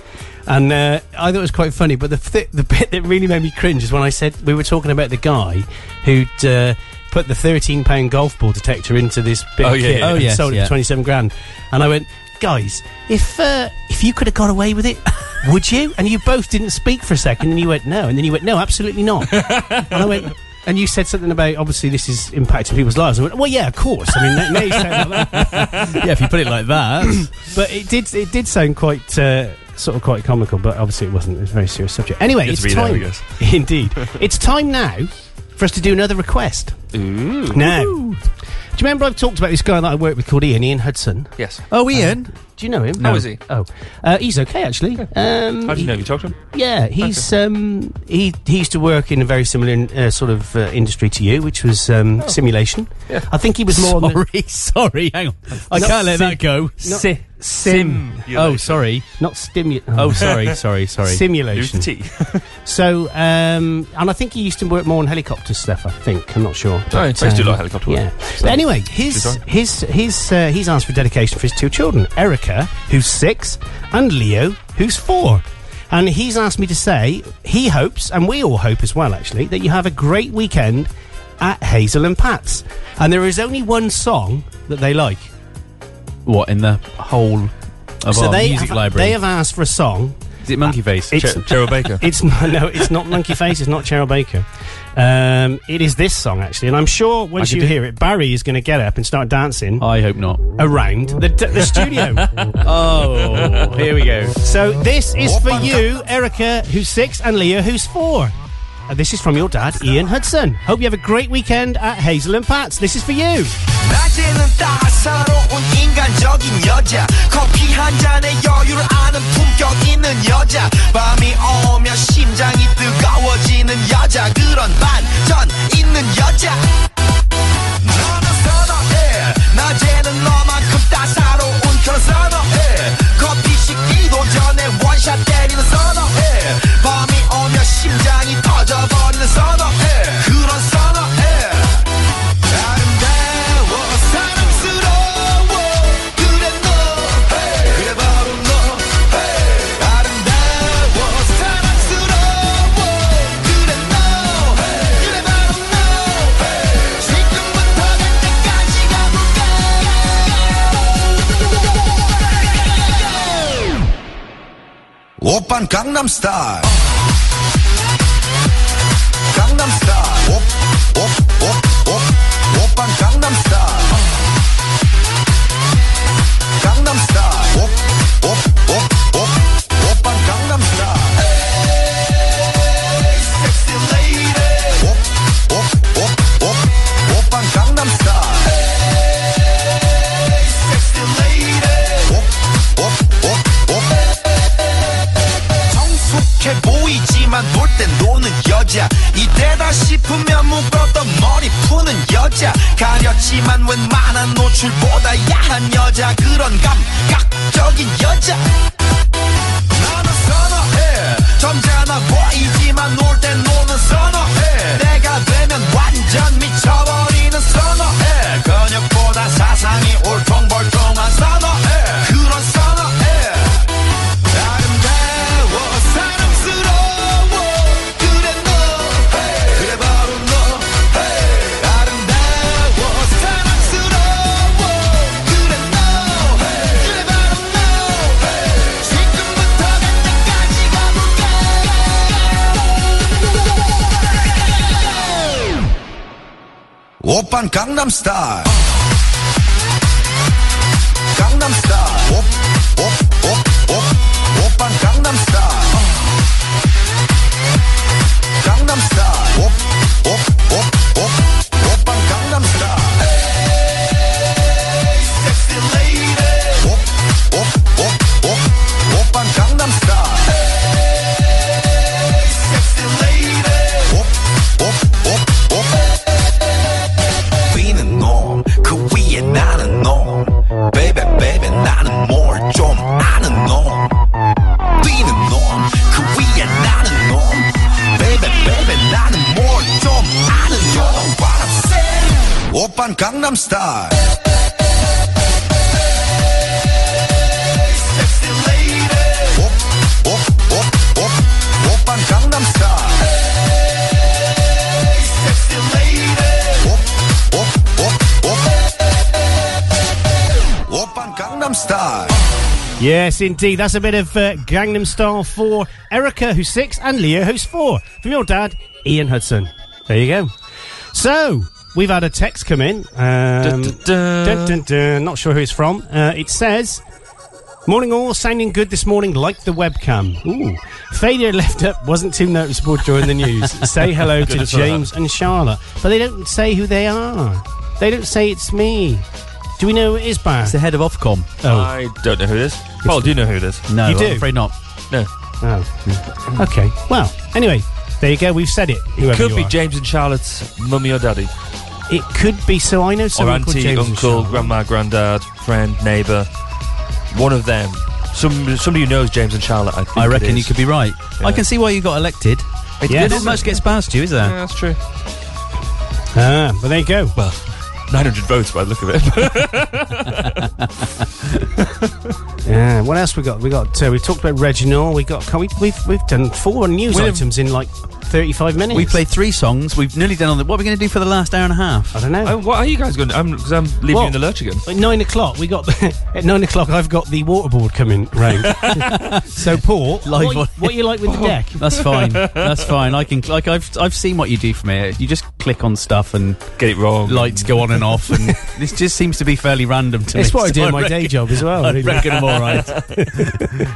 And uh, I thought it was quite funny, but the, th- the bit that really made me cringe is when I said we were talking about the guy who'd uh, put the £13 golf ball detector into this big
Oh, yeah,
kit
yeah.
and
Oh, yes,
sold it
yeah.
for 27 grand. And I went, guys, if uh, if you could have got away with it, [LAUGHS] would you? And you both didn't speak for a second, and you went, no. And then you went, no, absolutely not. And I went, and you said something about obviously this is impacting people's lives. I went, well, yeah, of course. I mean, that may sound like that,
yeah, if you put it like that,
but it did it did sound quite uh, sort of quite comical. But obviously, it wasn't. It was a very serious subject. Anyway,
Good
it's
to be there,
time.
I guess.
[LAUGHS] Indeed, it's time now for us to do another request.
Ooh.
Now, do you remember I've talked about this guy that I worked with called Ian Ian Hudson? Um,
Yes.
oh, Ian,
Do you know him?
No. How is he?
Oh, uh, he's okay actually. Um,
How do
he-
you know? Have you talked to him?
Yeah, he's um, he he used to work in a very similar uh, sort of uh, industry to you, which was um, simulation.
Oh. Yeah.
I think he was more. on the-
[LAUGHS] Sorry, sorry, hang on. I
No,
can't let
sim-
that go.
Si-
sim. Oh, sorry.
not stimu. [LAUGHS]
Oh, sorry, sorry, sorry.
Who's the [LAUGHS]
Simulation.
T?
So, um, and I think he used to work more on helicopter stuff. I think I'm not sure.
I
But,
Oh, used to do a lot of
um,
helicopter work.
Yeah. But anyway, his
Design.
his his uh, he's asked for dedication for his two children, Erica, who's six, and Leo, who's four. And he's asked me to say he hopes, and we all hope as well, actually, that you have a great weekend at Hazel and Pat's. And there is only one song that they like.
What in the whole of our
they
music
have,
library?
they have asked for a song.
Is it Monkey Face?
It's
Ger- Gerald Baker.
It's not, no, it's not Monkey Face. It's not Cheryl Baker. Um, it is this song actually, and I'm sure once
could
you
do- Oh.
hear it, Barry is going to get up and start dancing
I hope not.
around the, d- the studio.
[LAUGHS] Oh, here we go.
so this is for you, Erica, who's six, and Leah, who's four. And this is from your dad, Ian Hudson. Hope you have a great weekend at Hazel and Pat's. This is for you.
낮에는 따사로운 인간적인 여자 커피 한 잔에 여유를 아는 품격 있는 여자 밤이 오면 심장이 뜨거워지는 여자 그런 반전 있는 여자 너는 선호해 낮에는 너만큼 따사로운 그런 선호해 커피 식기도 전에 원샷 때리는 선호해 밤이 오면 심장이 터져버리는 선호해 그런 선호해 아름다워 사랑스러워 그래 너 그래 바로 너 아름다워 사랑스러워 그래 너 그래 바로 너 지금부터 될 때까지 가볼까 오빤 강남스타일 강남스타일 오빤 강남스타일 강남스타일 오빤 강남스타일 에이 섹시 레이디 오빤 강남스타일 에이 섹시 레이디 성숙해 보이지만 놀 땐 노는 여자 이때다 싶으면 묶었던 머리 푸는 여자 가렸지만 웬만한 노출보다 야한 여자 그런 감각적인 여자 나는 선어해 점잖아 보이지만 놀 땐 노는 선어해 내가 되면 완전 미쳐버리는 선어해 근육보다 사상이 울퉁불퉁한 선어해 그런 선어해 아름다워 사랑스러워 그래 너 그래 바로 너 아름다워 사랑스러워 그래 너 그래 바로 너 지금부터 갈 때까지 가볼까 오빤 강남스타일 강남스타일 오빤 강남스타일 강남스타일 오빤 강남스타일 에이 섹시 레이디 오빤 강남스타일 에이 섹시 레이디 위는 놈, 그 위에 나는 놈. Baby, baby, 나는 뭘 좀 아는 놈. 뛰는 놈, 그 위에 나는 놈. Baby, baby, 나는 뭘 좀 아는 놈. You know what I'm saying? 오빤 강남스타일. Sexy lady. 오, 오, 오, 오, 오빤 강남스타일. Sexy lady. 오, 오, 오, 오. 오빤 강남스타일.
Yes, indeed. That's a bit of uh, Gangnam Style for Erica, who's six, and Leah, who's four. From your dad, Ian Hudson. There you go. So, we've had a text come in. Um, dun, dun, dun. Not sure who it's from. Uh, it says, Morning all, sounding good this morning like the webcam. Ooh. Failure left up wasn't too noticeable during the [LAUGHS] news. say hello to
as well.
James and Charlotte. But they don't say who they are. They don't say it's me. Do we know who it is, Bar?
It's the head of Ofcom. Uh,
oh.
I don't know who it is. Paul, do you know who it is?
No,
You
I'm
do?
afraid not.
No.
oh. Okay. Well, anyway, there you go. We've said it. Whoever
Could
you
be
are.
James and Charlotte's mummy or daddy.
It could be. So I know
or
someone called
auntie,
James and
uncle,
Charlotte.
grandma, granddad, friend, neighbour. One of them. Some somebody who knows James and Charlotte. I think
I
it
reckon
is.
you could be right.
Yeah.
I can see why you got elected.
Yes. Uh,
Not much gets past you, is
Yeah,
there?
that's true.
Ah, but there you go.
Well, 900 votes by the look of it. [LAUGHS]
Yeah. What else we got? We got. Uh, we talked about Reginald. We got. can We, we've we've done four news
We've-
items in like thirty-five minutes.
We played three songs. We've nearly done on the. What are we going to do for the last hour and a half?
I don't know.
Oh, what are you guys going to? Because I'm, leaving
What?
you in the lurch again.
Oh.
At nine o'clock, we got [LAUGHS] at nine o'clock. I've got the water board coming
[LAUGHS]
round. so Paul,
Live
what,
on- Oh,
what you like with
[LAUGHS]
the deck?
That's fine. That's fine. I can like I've I've seen what you do from here. You just click on stuff and
Get it wrong.
lights go on and off, and
[LAUGHS]
this just seems to be fairly random to me.
It's what I do in my
reckon-
day job as
[LAUGHS]
well.
I
really.
reckon I'm all right.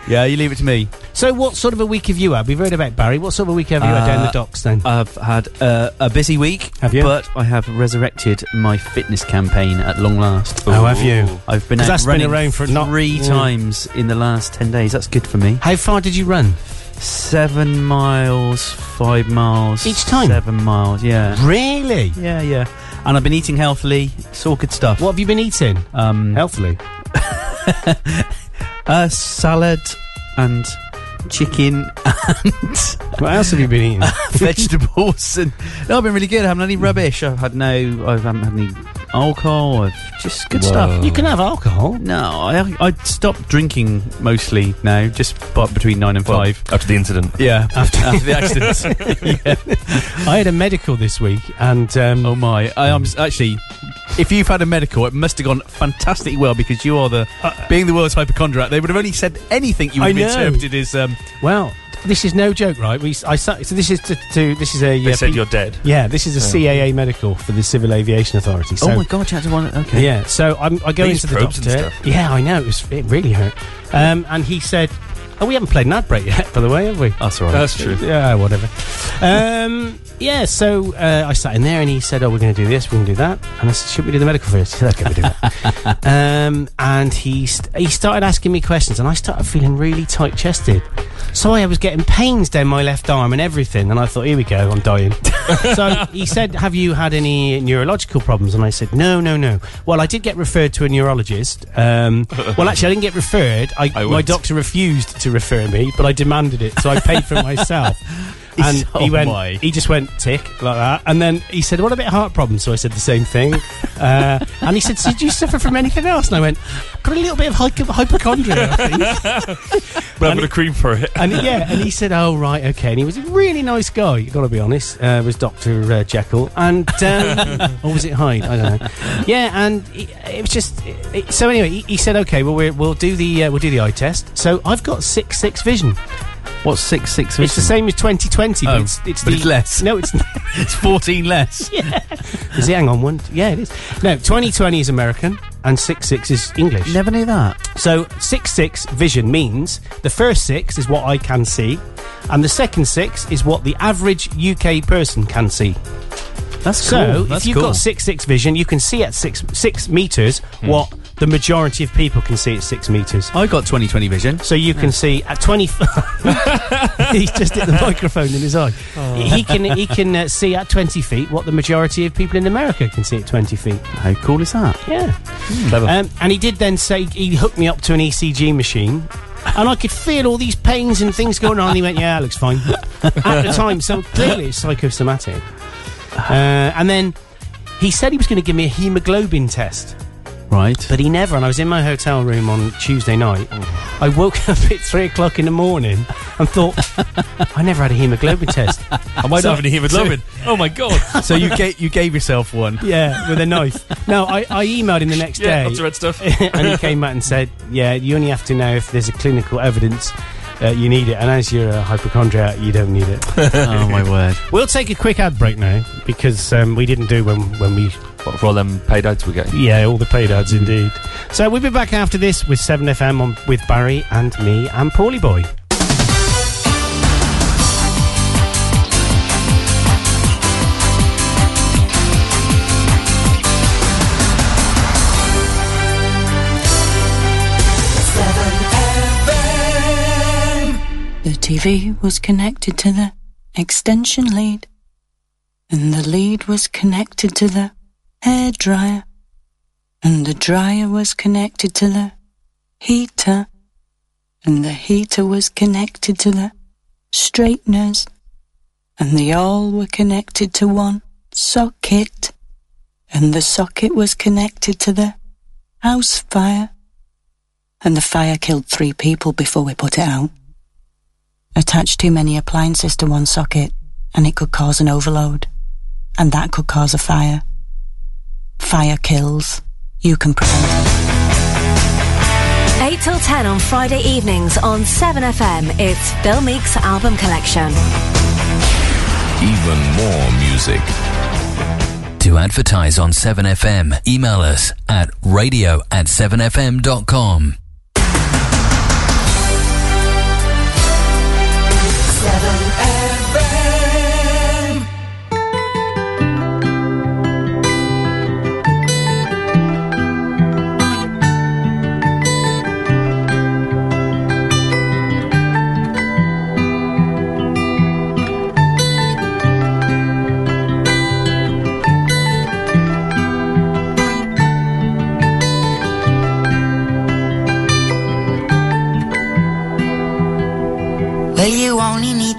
yeah, you leave it to me.
So, what sort of a week have you had? We've heard about Barry. What sort of a week have you had down the
Uh,
docks then?
I've had uh, a busy week,
Have you?
but I have resurrected my fitness campaign at long last.
How have you?
I've been
'Cause
out
that's been
running
around for not- mm.
three
yeah.
times in the last ten days. That's good for me.
How far did you run?
Seven miles, five miles
Each time?
Seven miles, yeah,
Really?
yeah, yeah. And I've been eating healthily. It's all good stuff.
What have you been eating?
Um,
Healthily.
uh, salad and [LAUGHS] chicken and
What else have you been eating?
vegetables and no, I've been really good. I haven't had any rubbish. I've had no, I haven't had any alcohol. I've just good stuff.
[LAUGHS] you can have alcohol.
No, I I stopped drinking mostly now, just bu- between nine and
Well,
five.
after the incident.
yeah, [LAUGHS] after, the accident. yeah.
I had a medical this week, and um,
Oh my! I am s- actually. If you've had a medical, it must have gone fantastically well because you are the being the world's hypochondriac. They would have only said anything you
I
would have
know.
interpreted as um,
well, this is no joke, right? We, s- I sa- so this is to, to this is a
They
uh,
said
P-
you're dead.
yeah, this is a CAA medical for the Civil Aviation Authority. So
oh my god, you had to want okay.
Yeah, so I'm, I go
They use
into the
probes and
doctor.
stuff.
Yeah, I know it was it really hurt. Um, and he said, "Oh, we haven't played an ad break yet, [LAUGHS] by the way, have we?"
that's all right.
That's true.
Yeah, whatever. Um, yeah, so uh, I sat in there and he said, "Oh, we're going to do this, we're going to do that," and I said, "Should we do the medical first? He said, "Okay, we do that." um, and he st- he started asking me questions, and I started feeling really tight chested. So I was getting pains down my left arm and everything, and I thought, "Here we go, I'm dying." so he said, "Have you had any neurological problems?" And I said, "No, no, no." Well, I did get referred to a neurologist. Um, well, actually, I didn't get referred. I,
I
my
went.
doctor refused to refer me, but I demanded it, so I paid for it myself. And
Oh
he went,
my.
he just went tick like that, and then he said, "What about heart problems?" So I said the same thing, uh, and he said, so "Did you suffer from anything else?" And I went, "Got a little bit of hy- hypochondria." I think."
But I'm going to cream for it.
and yeah, and he said, "Oh right, okay." And he was a really nice guy. You got to be honest. Uh, was Doctor uh, Jekyll, and um,
[LAUGHS]
or was it Hyde? I don't know. Yeah, and he- it was just. It, so anyway, he, he said, "Okay, well we're, we'll do the uh, we'll do the eye test." So I've got six six vision.
What's six six?
It's the same as twenty twenty,
Oh,
but it's it's,
but
the,
it's less.
No, it's
It's fourteen less.
is it? Hang on, one. Yeah, it is. No, twenty twenty is American. And six six is English.
Never knew that.
So six six vision means the first six is what I can see, and the second six is what the average UK person can see.
That's
So
cool. That's
if you've
cool. Hmm.
got six six vision, you can see at six six meters what the majority of people can see at six meters.
I got twenty twenty vision.
So you can see
[LAUGHS]
at twenty. [LAUGHS] he's just hit the microphone in his eye.
Oh.
He can he can uh, see at twenty feet what the majority of people in America can see at twenty feet.
How cool is that?
Yeah.
Hmm.
Clever.
Um, and he did then say he hooked me up to an ECG machine. And I could feel all these pains and things going on. And he went, "Yeah, it looks fine." At the time, so clearly it's psychosomatic. Uh, and then he said he was going to give me a hemoglobin test,
Right.
but he never. And I was in my hotel room on Tuesday night. I woke [LAUGHS] up at three o'clock in the morning and thought, [LAUGHS] "I never had a hemoglobin test."
I might not have any hemoglobin. Oh my god.
[LAUGHS] so you gave you gave yourself one.
Yeah, with a knife. No, I, I emailed him the next
Yeah,
day.
lots of red stuff.
[LAUGHS] and he came back and said, "Yeah, you only have to know if there's a clinical evidence uh, you need it, and as you're a hypochondriac, you don't need it."
[LAUGHS] oh my word.
[LAUGHS] we'll take a quick ad break now because um, we didn't do when when we
What for all them paid ads we're getting?
yeah all the paid ads indeed. So we'll be back after this with Seven FM on with Barry and me and Paulie Boy. [LAUGHS]
tree was connected to the extension lead, and the lead was connected to the hair dryer, and the dryer was connected to the heater, and the heater was connected to the straighteners, and they all were connected to one socket, and the socket was connected to the house fire, and the fire killed three people before we put it out. Attach too many appliances to one socket, and it could cause an overload, and that could cause a fire. Fire kills. You can prevent it.
8 till 10 on Friday evenings on 7FM. It's Bill Meek's album collection.
Even more music. To advertise on 7FM, email us at radio at 7FM.com.
7FM.
Well, you only need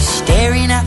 Staring at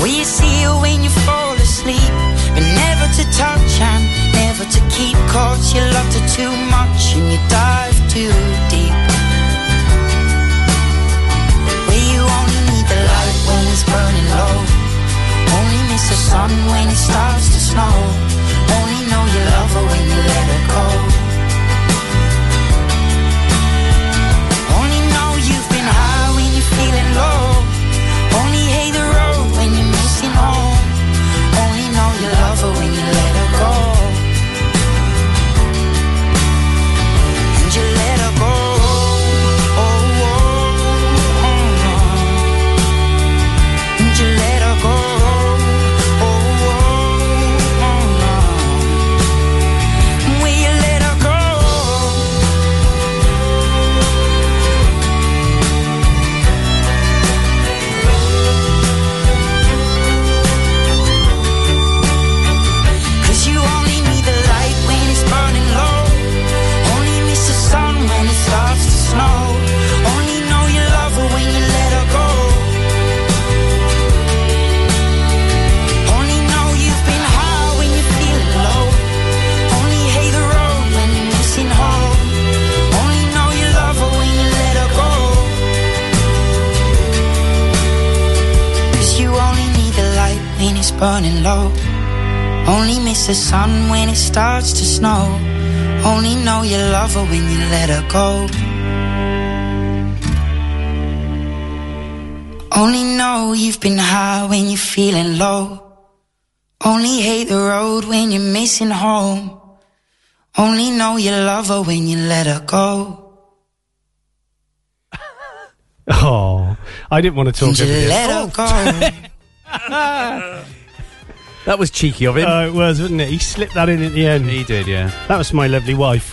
Will you see you when you fall asleep? But never to touch and never to keep. Cause you loved her too much and you dive too deep. Will you only need the light when it's burning low? Only miss the sun when it starts to snow. Only know you love her when you let her go. Only know you've been high when you're feeling low. Only hate the road when you're missing home. Only know you love her when you let her go. And you let her go. Oh, oh, oh, oh. And you let her go. Oh, oh, oh, oh. Will you let her go? Cause you only need the light when it's burning low. Only miss the sun when it starts to snow. Only know you love her when you let her go. Only know you've been high when you're feeling low. Only hate the road when you're missing home. Only know you love her when you let her go. Cause you only need the light when it's burning low. Only miss the sun when it starts to snow. Only know you love her when you let her go. Only know you've been high when you're feeling low. Only hate the road when you're missing home. Only know you love her when you let her go.
Oh, I didn't want to talk
You
over this.
let her
[LAUGHS]
go.
That was cheeky of him.
Oh, it was, wasn't it? He slipped that in at the end.
he did, yeah.
That was my lovely wife.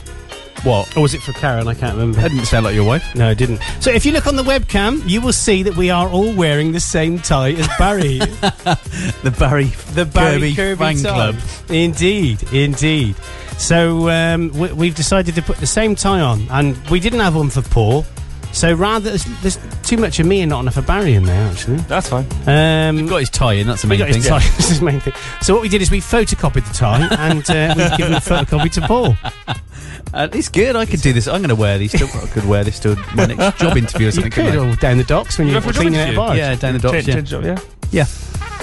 What? Or was it for Karen? I can't remember.
That didn't sound like your wife.
No, it didn't. So if you look on the webcam, you will see that we are all wearing the same tie as
[LAUGHS]
Barry.
The Barry,
the Barry Kirby,
fan
tie.
club.
Indeed, indeed. So um, we, we've decided to put the same tie on, and we didn't have one for Paul. So rather, there's, there's too much of me and not enough of Barry in there, actually.
That's fine.
Um,
Got his tie in. That's the
we
main
got
thing.
his tie. [LAUGHS] this is the main thing. So what we did is we photocopied the tie and uh, we've given a photocopy to Paul.
Uh, it's good. I could do this. I'm going to wear these. To, I could wear this to my [LAUGHS] next job interview or
You
something.
could,
couldn't
or down the docks when
You
you're
went for a job
cleaning out
interview?
I?
bars.
Yeah, down the
Change-
docks. Yeah.
change up, yeah.
yeah.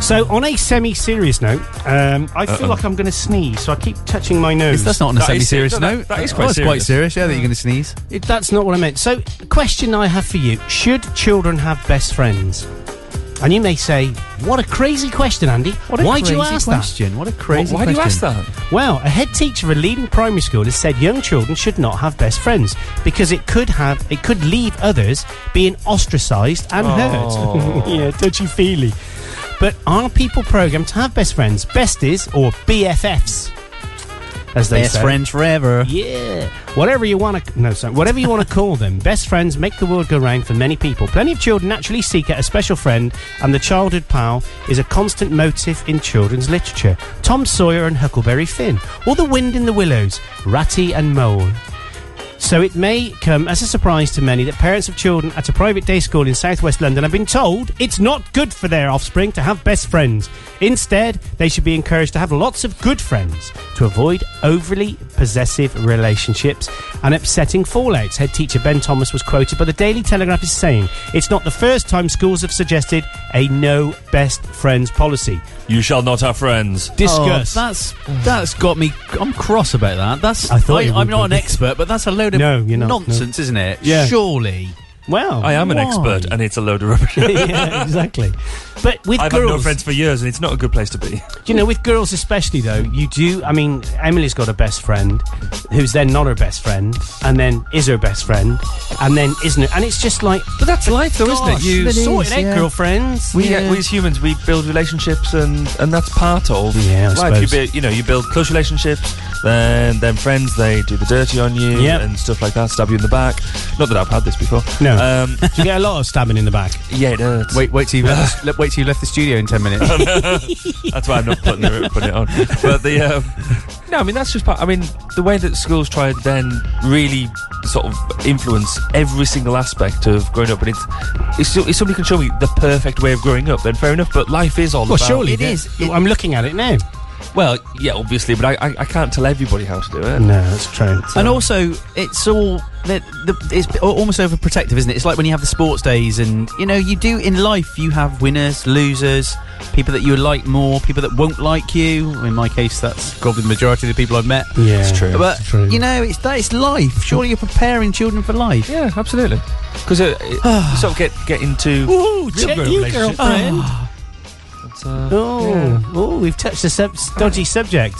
So, on a semi-serious note, um, I feel
Uh-oh.
like I'm going to sneeze, so I keep touching my nose.
Is- That's not on a
That is
semi-serious
serious. No,
note.
that- that is
Oh,
quite
it's quite
serious.
serious. Yeah, that you're going to sneeze.
It- that's not what I meant. So, question I have for you: Should children have best friends? And you may say, "What a crazy question, Andy!
What a
Why do you
crazy
ask
question? What a crazy.
Why do you ask
question.
that?
that?" Well, a head teacher of a leading primary school has said young children should not have best friends because it could have it could leave others being ostracised and
Oh.
hurt. [LAUGHS] yeah, touchy feely. But are people programmed to have best friends, besties, or BFFs? As they
Best
say?
friends forever.
Yeah. Whatever you want to no, sorry, whatever you want to call them, best friends make the world go round for many people. Plenty of children naturally seek out a special friend, and the childhood pal is a constant motif in children's literature. Tom Sawyer and Huckleberry Finn, or The Wind in the Willows, Ratty and Mole. So it may come as a surprise to many that parents of children at a private day school in southwest London have been told it's not good for their offspring to have best friends. Instead, they should be encouraged to have lots of good friends to avoid overly possessive relationships and upsetting fallouts. Head teacher Ben Thomas was quoted by the Daily Telegraph as saying, It's not the first time schools have suggested a no best friends policy.
You shall not have friends.
Discuss.
Oh, that's that's got me. I'm cross about that. That's.
I thought you
I, am
would
not an
be.
expert, but that's a load of
No, you're not, no.
nonsense, isn't it?
Yeah.
Surely.
well,
I am an
why?
expert, and it's a load of rubbish.
[LAUGHS] yeah, exactly. But with
I've had
girls,
no friends for years, and it's not a good place to be.
Do you know, with girls especially though, you do. I mean, Emily's got a best friend, who's then not her best friend, and then is her best friend, and then isn't it? And it's just like,
But that's life, though,
gosh,
You
you sort
sorted
it out, girlfriends.
We, uh, we as humans, we build relationships, and and that's part of
Yeah, I
life. You,
suppose.
bu- you know, you build close relationships, then then friends they do the dirty on you
Yep.
and stuff like that, stab you in the back. Not that I've had this before.
No. [LAUGHS]
Um,
you get a lot of stabbing in the back.
yeah, it hurts.
Wait, wait till you [SIGHS] left, the- wait till you left the studio in ten minutes.
That's why I'm not putting it, putting it on. But the um, no, I mean that's just part. I mean the way that schools try and then really sort of influence every single aspect of growing up, and it's it's still, if somebody can show me the perfect way of growing up, then fair enough. But life is all
Well,
about
surely
it
that-
is. It-
I'm looking at it now.
Well, yeah, obviously, but I, I, I can't tell everybody how to do it.
No, that's [LAUGHS] true.
And also, it's all the, the, it's al- almost overprotective, isn't it? It's like when you have the sports days, and you know, you do in life, you have winners, losers, people that you like more, people that won't like you. In my case, that's probably the majority of the people I've met.
Yeah, it's true.
But you know, it's that it's life. Surely you're preparing children for life.
Yeah, absolutely. Because uh, it- you sort of get get into.
Ooh, check
girl
you,
relationship.
girlfriend.
Ah.
But, uh,
Oh, oh, we've touched a sub- dodgy subject.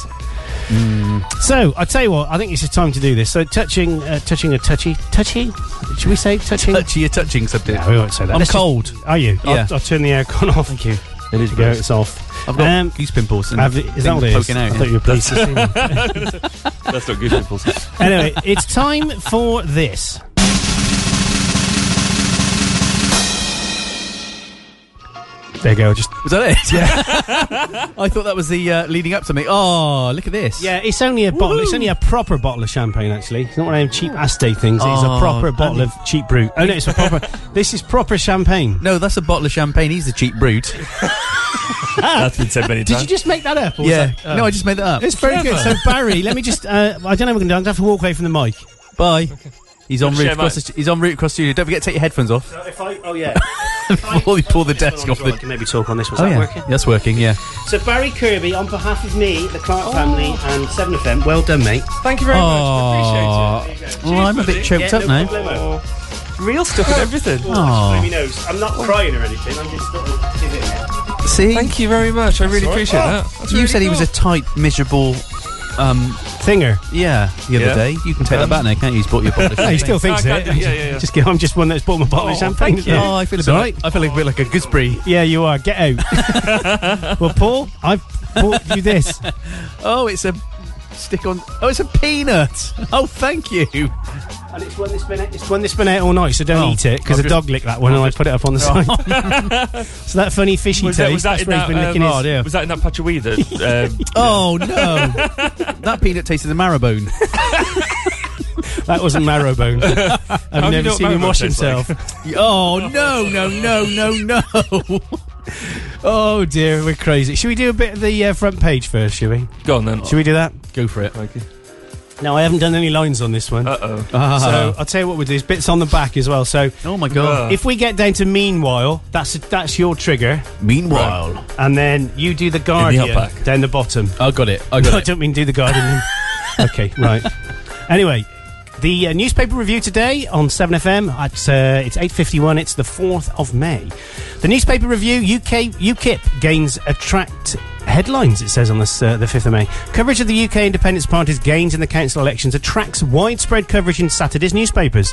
So I tell you what, I think it's just time to do this. So touching, uh, touching a touchy, touchy. Should we say touching?
Touchy, you're touching something.
Yeah, we won't say that.
I'm
Let's just-
cold.
are you?
Yeah.
I'll, I'll turn the aircon off. Thank you.
it is
There you go.
gross.
It's off.
I've got
Um,
goose pimples and
Have it- is that what it
things
is?
poking
I
out.
thought you were pleased to see me. [LAUGHS]
That's not good, people.
Anyway, it's time for this. There you go. Just
Was that it? Yeah. [LAUGHS] I thought that was the uh, leading up to me. Oh, look at this.
yeah, it's only a bottle. It's only a proper bottle of champagne. Actually, it's not one of them cheap Asti things. it's
Oh,
a proper bottle
Andy.
of cheap brew. Oh no, it's a proper. this is proper [LAUGHS] champagne.
No, that's a bottle of champagne. He's the cheap brute.
That's been said many
Did you
times.
just make that up? Or was
yeah.
that- oh.
No, I just made that up.
It's very good. So
Clever.
Barry, let me just. Uh, I don't know. What we're going to do. I'm going to have to walk away from the mic.
Bye. He's on
Share
route across.
mine.
The, he's on route across the studio. Don't forget to take your headphones off
If I, oh yeah.
before you pull the desk off
I
the.
can maybe talk on this one. Is
Oh
that
yeah,
working?
that's working. Yeah.
So Barry Kirby, on behalf of me, the Clark family, and Seven FM, well done, mate.
Thank you very
Oh, well, I'm a bit choked up now. Oh.
now.
Real stuff and everything.
Aw.
knows. I'm not crying or anything. I'm just sort of giving it.
See,
Thank you very much. I really
Sorry.
appreciate that. That's
you
really
said he was a
cool.
tight, miserable. Um,
Thinger.
yeah, the other
Yeah.
day. You can take
Um,
that back now, can't you? He's bought your bottle. of
No, Oh, he
champagne.
still thinks
No, I
it.
can't do-
[LAUGHS]
yeah, yeah, yeah.
Just, I'm just one that's bought my bottle of champagne. isn't it?
Oh, I feel a
It's
bit.
all right.
Like, I feel a bit like a gooseberry.
Yeah, you are. Get
[LAUGHS]
out. well, Paul, I've bought you this.
Oh, it's a stick on. Oh, it's a peanut. Oh, thank you.
And it's one that's been out, it's one that's been out all night, so don't
Oh,
eat it because
I've
the
just-
dog licked that one and I put it up on the side. [LAUGHS] so that funny fishy
Was
taste.
that, was that
that's
in
where he's
that,
been licking
um,
his-
[LAUGHS] was that in that patch of weed that um,
Oh no, [LAUGHS] that peanut tasted the marrow bone.
That wasn't marrow bone. I've
you
never
know what
seen
marrow bone
him wash
tastes
himself.
like?
Oh no, no, no, no, no.
oh dear, we're crazy. Should we do a bit of the uh, front page first? Should we?
Go on then.
Should we do that?
Go for it.
No, I haven't done any lines on this one.
Uh oh.
so
Ah.
I'll tell you what we'll do. It's bits on the back as well. So
[LAUGHS] oh my god.
if we get down to meanwhile, that's that's your trigger,
Meanwhile,
and then you do the guardian
outback.
down the bottom.
I got it. I
No, I
got it.
don't mean do
[LAUGHS]
the garden. okay, right. Anyway, the uh, newspaper review today on 7FM. At, uh, it's 8.51. It's the 4th of May. The newspaper review, UK UKIP gains attract headlines, it says on this, uh, the 5th of May. Coverage of the UK Independence Party's gains in the council elections attracts widespread coverage in Saturday's newspapers.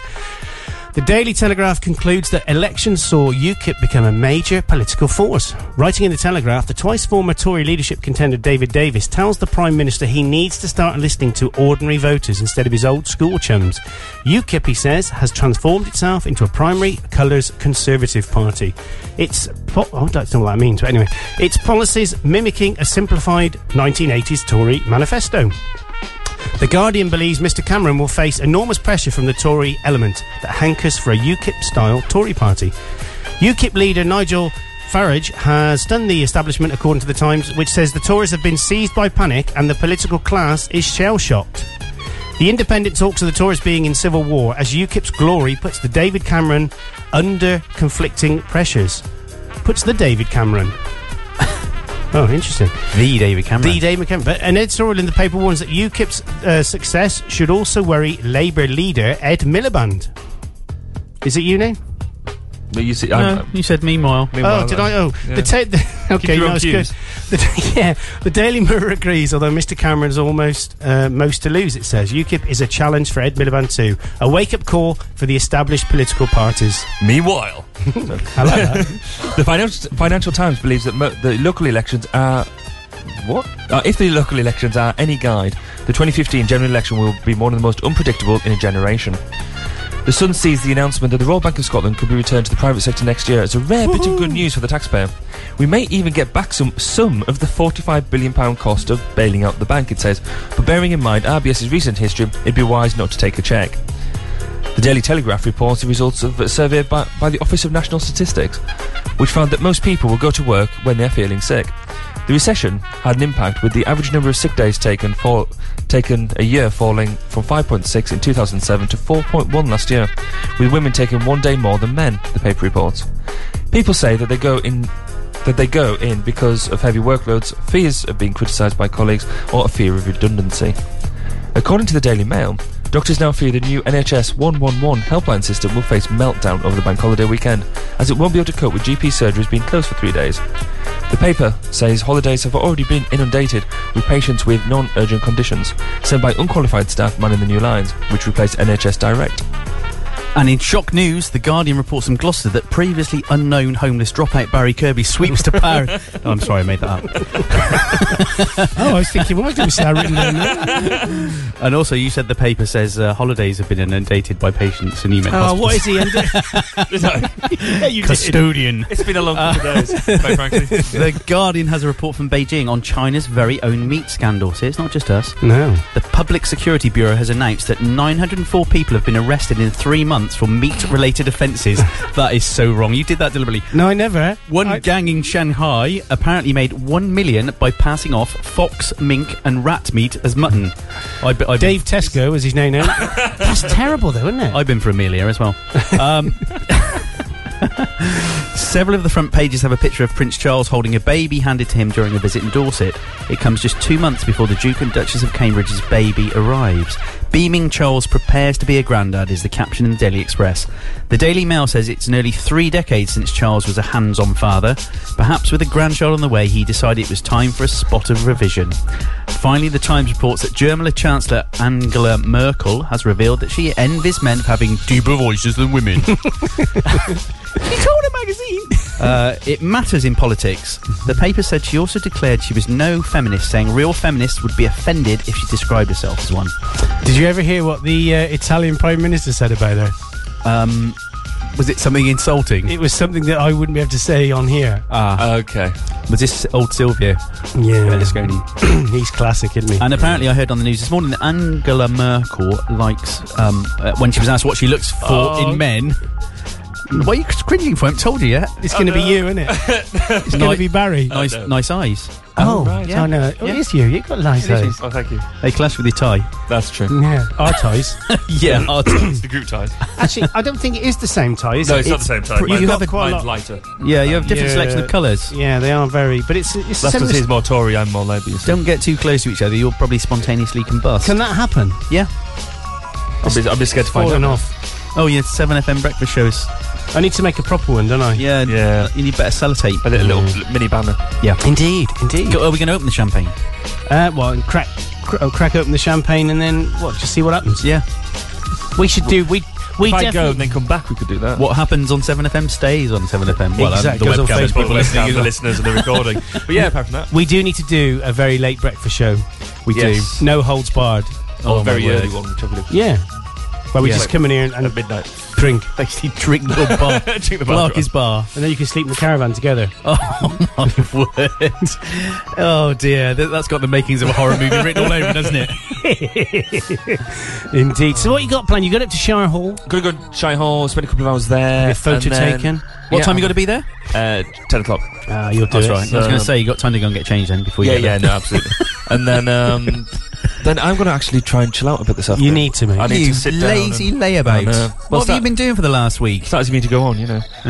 The Daily Telegraph concludes that elections saw UKIP become a major political force. Writing in the Telegraph, the twice former Tory leadership contender David Davis tells the Prime Minister he needs to start listening to ordinary voters instead of his old school chums. UKIP, he says, has transformed itself into a primary colours conservative party. Its po- oh, I don't know what that means, but anyway, its policies mimicking a simplified 1980s Tory manifesto. The Guardian believes Mr Cameron will face enormous pressure from the Tory element that hankers for a UKIP style Tory party. UKIP leader Nigel Farage has done the establishment, according to The Times, which says the Tories have been seized by panic and the political class is shell shocked. The Independent talks of the Tories being in civil war as UKIP's glory puts the David Cameron under conflicting pressures. Puts the David Cameron. [LAUGHS] oh, interesting.
The David Cameron.
The day McKenna. But an editorial in the paper warns that UKIP's uh, success should also worry Labour leader Ed Miliband. Is it you, Nate?
But you see,
no,
I'm,
you said meanwhile.
meanwhile,
Oh, did I? Oh,
yeah.
the, ta- [LAUGHS] the okay,
your
no,
own
it's good.
views.
[LAUGHS] The, yeah, the Daily Mirror agrees. Although Mr. Cameron is almost uh, most to lose, it says UKIP is a challenge for Ed Miliband too, a wake-up call for the established political parties.
Meanwhile,
I like that.
the Financial, Financial Times believes that mo- the local elections are. What? Uh, if the local elections are any guide, the 2015 general election will be one of the most unpredictable in a generation. The Sun sees the announcement that the Royal Bank of Scotland could be returned to the private sector next year as a rare bit of good news for the taxpayer. We may even get back some some of the 45 billion pound cost of bailing out the bank. It says, but bearing in mind RBS's recent history, it'd be wise not to take a cheque. The Daily Telegraph reports the results of a survey by, by the Office of National Statistics, which found that most people will go to work when they're feeling sick. The recession had an impact, with the average number of sick days taken for taken a year falling from 5.6 in 2007 to 4.1 last year, with women taking one day more than men. The paper reports. People say that they go in that they go in because of heavy workloads, fears of being criticised by colleagues, or a fear of redundancy. According to the Daily Mail, doctors now fear the new NHS 111 helpline system will face meltdown over the bank holiday weekend, as it won't be able to cope with GP surgeries being closed for three days. The paper says holidays have already been inundated with patients with non urgent conditions, sent by unqualified staff manning the new lines, which replaced NHS Direct.
And in shock news, The Guardian reports from Gloucester that previously unknown homeless dropout Barry Kirby sweeps [LAUGHS] to power. oh, [LAUGHS] I'm sorry, I made that up.
[LAUGHS] oh, I was thinking, why didn't we see that written down?
[LAUGHS]
there?
And also, you said the paper says uh, holidays have been inundated by patients and you meant
Oh,
hospitals.
what is he? Under- yeah, you did.
Custodian.
It's been a long couple of days, quite frankly.
the Guardian has a report from Beijing on China's very own meat scandal. See, it's not just us.
No.
The Public Security Bureau has announced that 904 people have been arrested in three months for meat-related
[LAUGHS]
offences. that is so wrong. You did that deliberately.
No, I never.
One
I-
gang in Shanghai apparently made one million by passing off fox, mink, and rat meat as mutton. I, be- I,
Dave Tesco, as he's known now. That's terrible, though, isn't it?
I've been for Amelia as well. Um, Several of the front pages have a picture of Prince Charles holding a baby handed to him during a visit in Dorset. It comes just two months before the Duke and Duchess of Cambridge's baby arrives. Beaming Charles prepares to be a grandad is the caption in the Daily Express. The Daily Mail says it's nearly three decades since Charles was a hands on father. Perhaps with a grandchild on the way, he decided it was time for a spot of revision. Finally, the Times reports that German Chancellor Angela Merkel has revealed that she envies men of having deeper voices than women. Uh, it matters in politics. The paper said she also declared she was no feminist, saying real feminists would be offended if she described herself as one.
Did you ever hear what the uh, Italian Prime Minister said about her?
Um, was it something insulting?
It was something that I wouldn't be able to say on here.
ah,
Okay.
was this old Silvio
Yeah,
Berlusconi?
[CLEARS THROAT] he's classic, isn't he?
Uh, And apparently, I heard on the news this morning that Angela Merkel likes um, uh, when she was asked what she looks for
Oh.
in men. What are you cringing for? I haven't told you yet.
it's going to be you, isn't it? it's going
nice-
to be Barry.
Nice,
no.
nice eyes.
oh,
right.
oh, no. Oh,
Yeah.
it is you. You've got nice eyes.
Oh, thank you.
They clash with your tie.
That's true.
Yeah, our ties.
yeah, our tie.
the group ties.
Actually, I don't think it is the same tie, is
No,
it?
it's, not the same tie.
you
Mine's,
have a-
mine's lighter.
yeah. You have a [COUGHS] different
Yeah.
selection of colours.
Yeah, they are very. But it's it's
That's
similar.
because he's more Tory, I'm more Labour. you see.
Don't get too close to each other. You'll probably spontaneously combust.
Can that happen?
yeah.
I'm just, I'm just scared to find
Falling
out.
off.
Oh yeah. Seven FM breakfast shows.
I need to make a proper one, don't I?
Yeah. n-
Yeah.
You need better sellotape.
A little, little mini banner.
Yeah.
Indeed, indeed.
Go- Are we going to open the champagne?
Uh, well, and crack, cr- oh, crack open the champagne and then what? Just see what happens.
Yeah.
We should do. We we
If I go and
definitely.
then come back, we could do that.
What happens on Seven FM stays on Seven FM. Well, um,
Exactly.
the
Goes on
webcam.
Facebook.
People listening, the listeners, and the recording. But yeah, apart from that,
We do need to do a very late breakfast show. We
Yes.
do. No holds barred.
or
my
a very
word.
early one, which I believe.
Yeah. Where we
Yeah.
just come in here and,
At
and
midnight.
drink,
[LAUGHS] Basically, drink your
[LAUGHS]
bar.
Drink the bar.
Clark is bar.
and then you can sleep in the caravan together.
Oh my [LAUGHS] word! Oh dear, Th- that's got the makings of a horror movie written all over, it, doesn't it?
[LAUGHS] Indeed. So what you got planned? You got up to Shire Hall.
Gonna go to Shy Hall, spend a couple of hours there.
Your photo
and then,
taken.
What
Yeah,
time you got
I'm-
to be there?
Uh, 10 o'clock.
Ah, you'll do it.
I was going
Um,
to say you got time to go and get changed then before you.
yeah,
get there.
yeah, no, [LAUGHS] absolutely. and then, um, [LAUGHS] then I'm gonna actually try and chill out a bit this afternoon.
You need to, mate.
I need
you
to sit down
lazy
and- uh,
layabout.
I know.
what
What's
have you
that?
been doing for the last week?
Starts me to go on, you know.
Uh,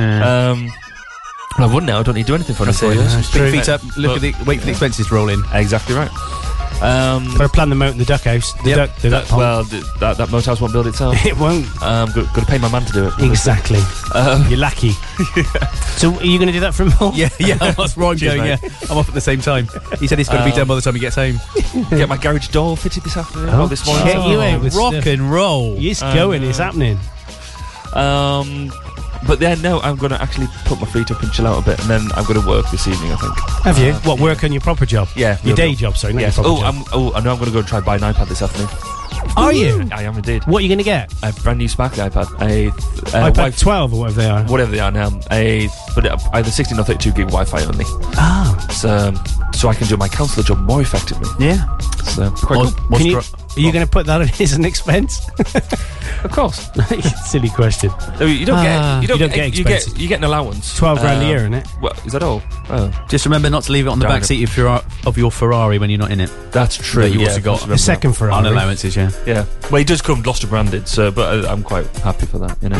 Um, well, I wouldn't now. I don't need to do anything for another four years.
Big feet up. Look at the wait for the expenses to roll in.
Exactly right. Um,
Got to plan the moat in the duck house. The
Yep.
duck. The duck
that,
pond.
well, th- that, that motel's won't build [LAUGHS] itself.
[LAUGHS] it won't.
um, got, got to pay my man to do it.
Exactly.
Um,
You're lucky. [LAUGHS] So are you going to do that from home?
Yeah, yeah, [LAUGHS] that's where I'm
Cheers,
going.
mate.
Yeah, I'm off at the same time. He said it's going to be
Um,
done by the time he gets home.
get my garage door fitted this afternoon.
Oh,
or this morning.
check you out with
rock
stuff.
and roll.
It's
I
going.
know.
It's happening.
Um, but then no, I'm gonna actually put my feet up and chill out a bit, and then I'm gonna work this evening. I think.
Have you?
Uh,
What work on your proper job?
Yeah, real
Your day
job.
job, sorry. Not
Yes.
your
Oh,
proper job.
I'm, oh, I know. I'm gonna go and try and buy an iPad this afternoon.
are you?
I am indeed.
What are you going to get?
A brand new sparkly iPad. A uh,
iPad
Wi-
12 or whatever they are.
whatever they are now. A but it- either 16 or 32 gig Wi-Fi only.
Ah,
So um, so I can do my counsellor job more effectively.
Yeah.
So quite
What's-
cool.
what's
Can you,
dri-
are you going to put that on [LAUGHS] as an expense?
Of course.
Silly question.
No, you don't
Ah,
get. You don't, get. you
expensives.
get. You get an allowance.
12 grand a year, innit?
Well, is that all? Oh,
Just remember not to leave it on the
Down
back
it.
seat of your of your Ferrari when you're not in it.
that's true.
That you
yeah,
also got.
A second for
On allowances, yeah.
Yeah. Well, he does come Gloucester branded, so but I, I'm quite happy for that. You know.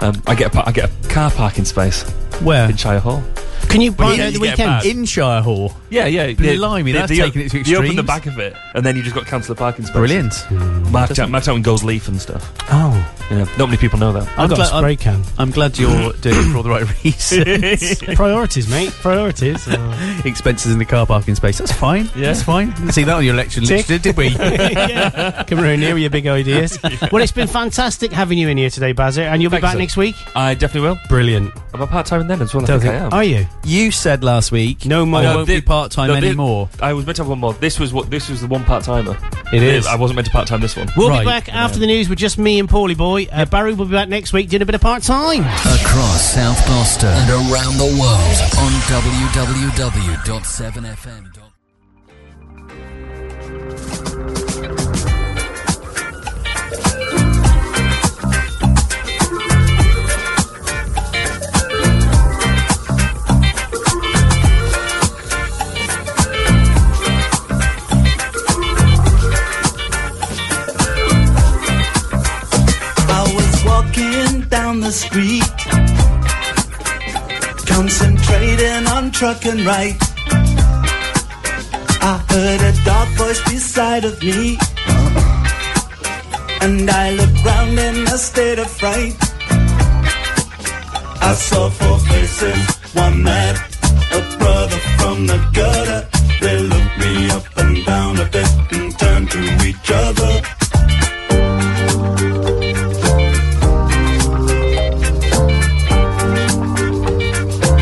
Um, I get a pa- I get a car parking space
Where?
in Shire Hall.
Can you buy
you-
it at the
you get a
weekend?
badge.
In Shire Hall.
Yeah, yeah.
Blimey, that's taking it to
You open the
extremes.
back of it, and then you just got councillor parking space.
Brilliant.
Marked out, marked out in gold leaf and stuff.
Oh,
You know, not many people know that.
I've got a
glad-
spray can.
I'm glad you're doing it for all the right [LAUGHS] reasons.
[LAUGHS] Priorities, mate. Priorities. Oh.
Expenses in the car parking space. That's fine.
Yeah.
That's fine. Didn't see that on your election
Tick.
list, did [LAUGHS] we?
yeah. Come around here with your big ideas. Well, it's been fantastic having you in here today, Bazzer, and you'll be
Thanks,
back
sir.
next week.
I definitely will.
Brilliant.
I'm a part time in then as well. I
Don't
think
think,
I am.
are you?
you said last week
No more.
I
No,
won't
thi-
be part time
no, thi-
anymore.
I was meant to have one more. This was what. This was the one part timer.
It is.
I wasn't meant to part time this one.
We'll
Right.
be back after the news with just me and Paulie Boy. Uh, Barry will be back next week doing a bit of part time.
Across South Gloucester and around the world on www.7fm.com.
I was walking down the street
Concentrating on trucking right. I heard a dark voice beside of me. And I looked round in a state of fright. I saw four faces, one mad, a brother from the gutter. They looked me up and down a bit and turned to each other.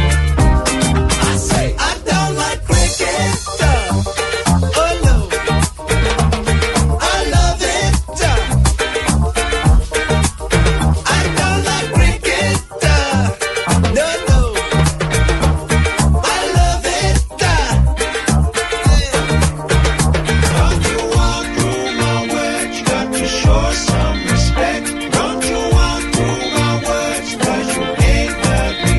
I say I don't like cricket. uh, Oh no, I love it. uh. I don't like cricket. uh, No, no, I love it. Don't you walk through my words? Got to show some respect. Don't you walk through my words? 'cause you ain't got me.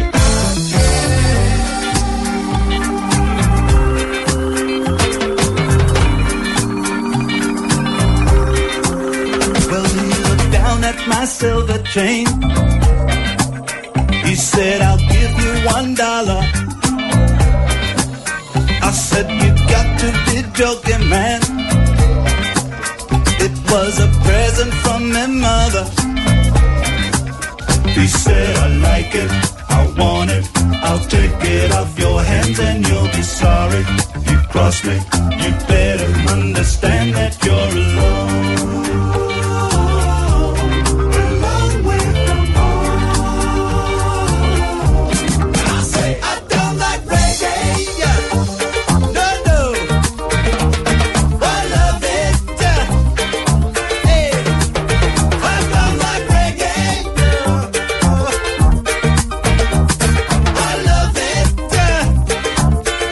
Well, he looked down at my silver chain. He said, I'll give you one dollar. I said, You got to be joking, man. It was a present from my mother. He said, I like it, I want it. I'll take it off your hands and you'll be sorry. You crossed me, you better understand that you're alone. Alone with the I say I don't like reggae. No, no, I love it. Hey, I don't like reggae. I love it.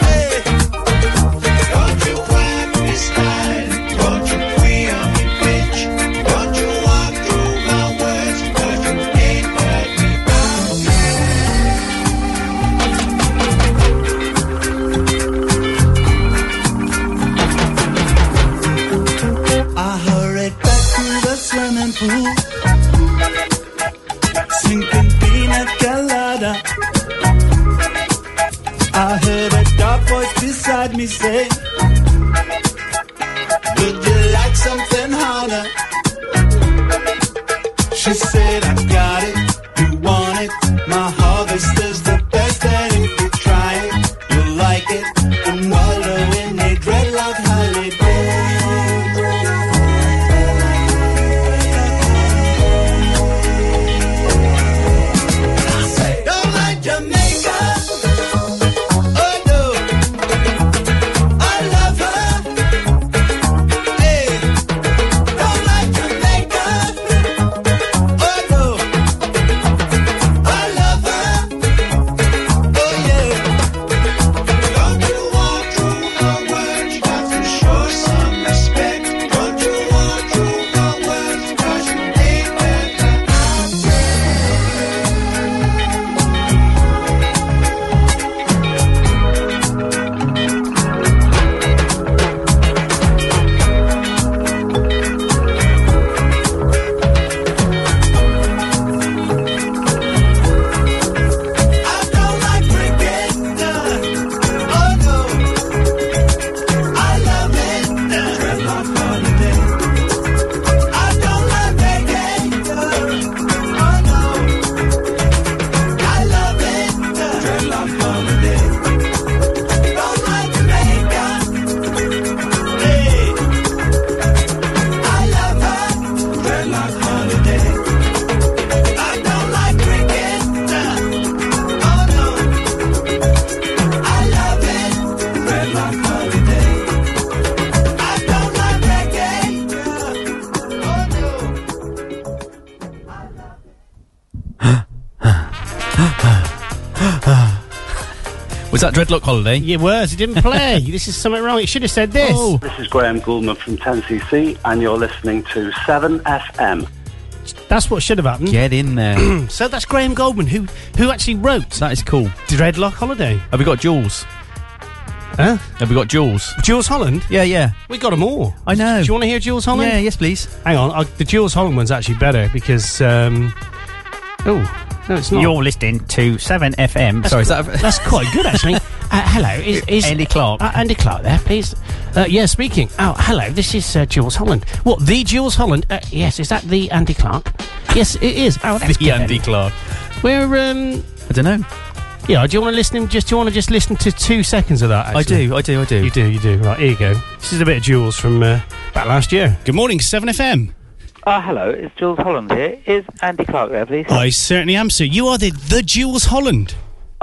Hey, don't you wag me style? Don't you queer me, bitch? Don't you walk through my words? 'Cause you ain't got me bound. I hurried back to the swimming pool. Sinking pina colada. I heard a dark voice beside me say, Would you like something harder? She said, I got it, you want it. My harvest is the best, and if you try it, you'll like it. And wallow in a dreadlock holiday. Don't like Jamaica. Oh no, I love her. Hey, don't like Jamaica. Oh no, I love her. Oh yeah. Don't you walk through my words? Got to show some respect. Don't you walk through my words? 'Cause you ain't that. I don't like cricket. Oh no, I love it. Dreadlock holiday. I don't like reggae. Oh no, I love it. Dreadlock holiday. Don't like Jamaica. Hey, I love her. Dreadlock holiday. I don't like cricket. Oh no, I love it. Dreadlock holiday. I don't like reggae. Oh no.
Was that Dreadlock Holiday?
It was. It didn't play. this is something wrong. It should have said this.
Oh.
This is Graham Goulman from 10cc, and you're listening to 7FM.
That's what should have happened.
Get in
[CLEARS THROAT]
there.
So that's Graham Goldman who who actually wrote
that is cool.
Dreadlock Holiday.
Have we got Jules?
Huh?
Have we got Jules?
Jules Holland.
Yeah, yeah.
We got them all.
I know.
Do you want to hear Jules Holland? uh,
Yeah, yes, please.
Hang on, i the Jules Holland one's actually better because. Um, oh, No, it's not.
You're listening to 7FM. Sorry, is that
That's quite good, actually. [LAUGHS] Uh, hello, is, is
Andy Clark.
Uh, Andy Clark there, please? Uh, yeah, speaking. Oh, hello, this is uh, Jules Holland. What, the Jules Holland? Uh, yes, is that the Andy Clark? Yes, it is. Oh,
[LAUGHS]
that's good.
Andy Clark.
We're, um,
I don't know.
yeah, do you want to listen, just, do you want to just listen to two seconds of that,
I
actually?
do, I do, I do.
You do, you do. Right, here you go. This is a bit of Jules from uh, back last year. Good morning, 7FM.
Ah, hello, it's Jules Holland here. Is Andy Clark there, please?
I certainly am, sir. You are the, the Jules Holland.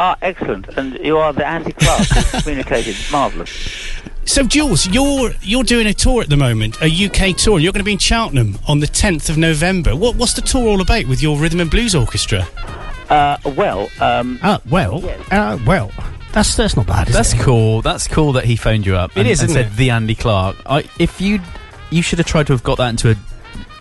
Ah, excellent. And you are the Andy Clark who communicated. Marvellous.
So, Jules, you're you're doing a tour at the moment, a UK tour. and You're going to be in Cheltenham on the 10th of November. What what's the tour all about with your rhythm and blues orchestra?
Uh, well, um,
Uh, well, uh, well, that's that's not bad. Is
That's cool. That's cool that he phoned you up. It
is,
and
isn't
said
it?
the Andy Clark. I, if you, you should have tried to have got that into a,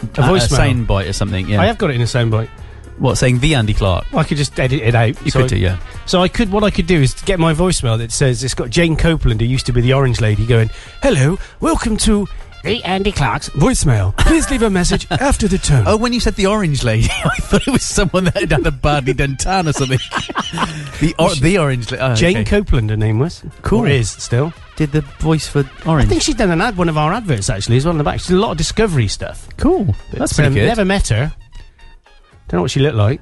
A voicemail.
sound bite or something. Yeah.
I have got it in a soundbite.
What saying the Andy Clark?
I could just edit it out.
You
so
could
I,
do, yeah.
So I could. What I could do is get my voicemail that says it's got Jane Copeland, who used to be the Orange Lady, going, "Hello, welcome to." The Andy Clark's voicemail. Please leave
[LAUGHS]
a message after the tone.
Oh, when you said the orange lady, [LAUGHS] I thought it was someone that had had a badly done tan or [LAUGHS] something. the or- the orange lady. Oh,
Jane
okay.
Copeland, her name was.
Cool.
Or is still.
did the voice for
I
orange.
think she's done an ad, one of our adverts actually, as well on the back. She did a lot of discovery stuff.
cool. That's pretty
Um,
good.
Never met her. Don't know what she looked like.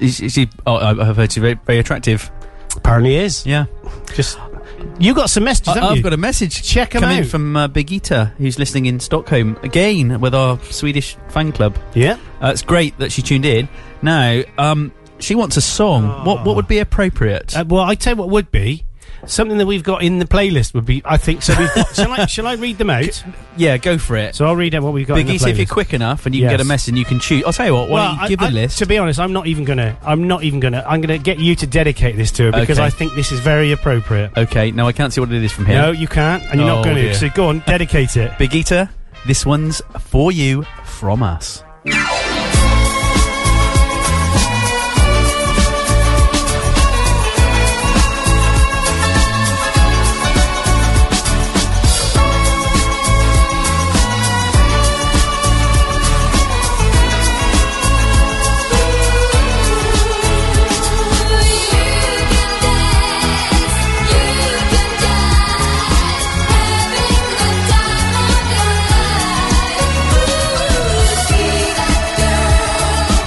Is, is she? Oh, I- I've heard she's very, very attractive.
Apparently is.
Yeah,
Just you got some messages,
I,
haven't
have
you?
Uh, got a message.
Check 'em
come in
out.
from uh, Birgitta, who's listening in Stockholm again with our Swedish fan club.
yeah.
Uh, it's great that she tuned in. Now, um, she wants a song. What what would be appropriate?
Uh, well, I tell you what would be something that we've got in the playlist would be. I think so. We've got, shall I? Shall I read them out?
yeah, go for it.
So I'll read out what we've got. in the
Birgitta, if you're
playlist.
quick enough and you can
Yes.
get a message, you can choose. I'll tell you what. Why don't you
I-
give
I-
a list?
To be honest, I'm not even gonna. I'm not even gonna. I'm gonna get you to dedicate this to her because
Okay.
I think this is very appropriate.
Okay, now I can't see what it is from here.
No, you can't, and you're
Oh,
not going
dear.
to. So go on, dedicate it.
Birgitta, this one's for you from us.
Having the time of your life. Ooh, see that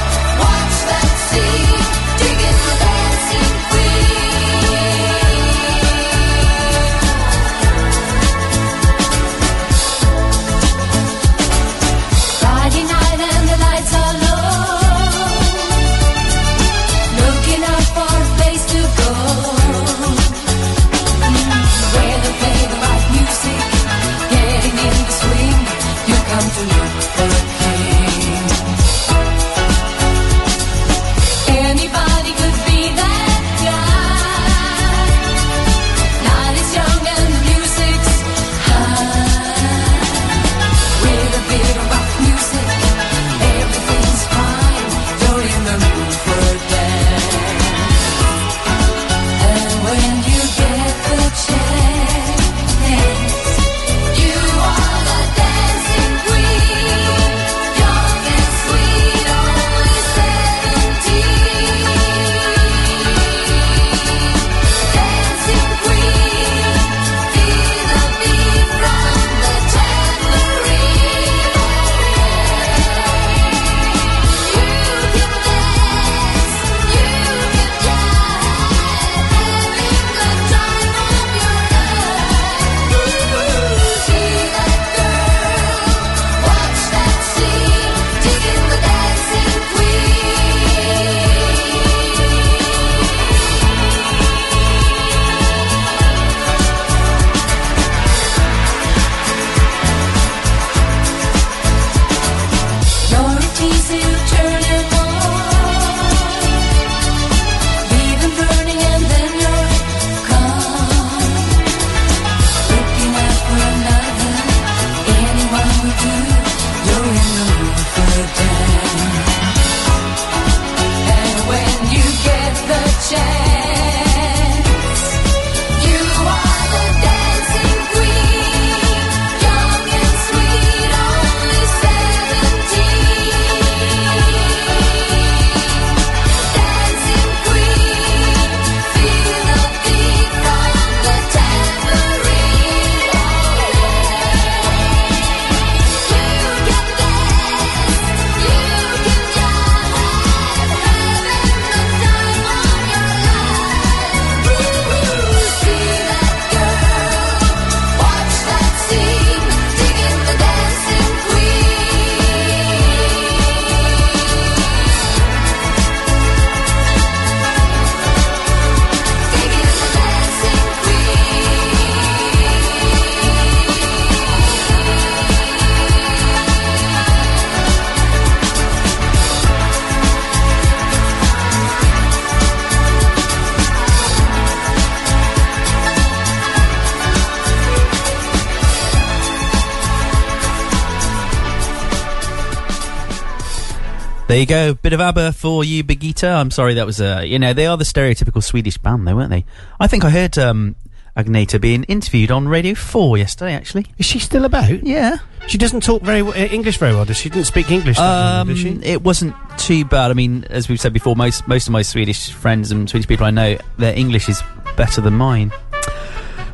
There you go, bit of ABBA for you, Birgitta. I'm sorry that was uh, you know they are the stereotypical Swedish band, though, weren't they? I think I heard um, Agneta being interviewed on Radio Four yesterday. Actually,
is she still about?
Yeah,
she doesn't talk very w- uh, English very well. Does she? Didn't speak English. that well,
Um,
did she?
It wasn't too bad. I mean, as we've said before, most most of my Swedish friends and Swedish people I know, their English is better than mine,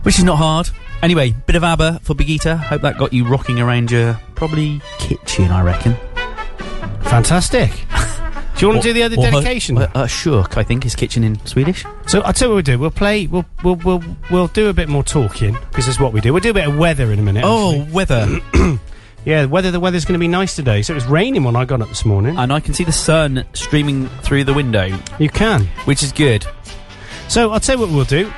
which is not hard. Anyway, bit of ABBA for Birgitta. Hope that got you rocking around your probably kitchen, I reckon.
Fantastic. Do you want
Or-
to do the other
or her-
dedication?
Uh, uh, Shurk, I think, is kitchen in Swedish.
So I'll tell you what we'll do. We'll play. We'll we'll we'll, we'll do a bit more talking because it's what we do. We'll do a bit of weather in a minute.
Oh, weather.
yeah, weather. The weather's going to be nice today. So it was raining when I got up this morning.
and I can see the sun streaming through the window,
You can.
which is good.
So I'll tell you what we'll do.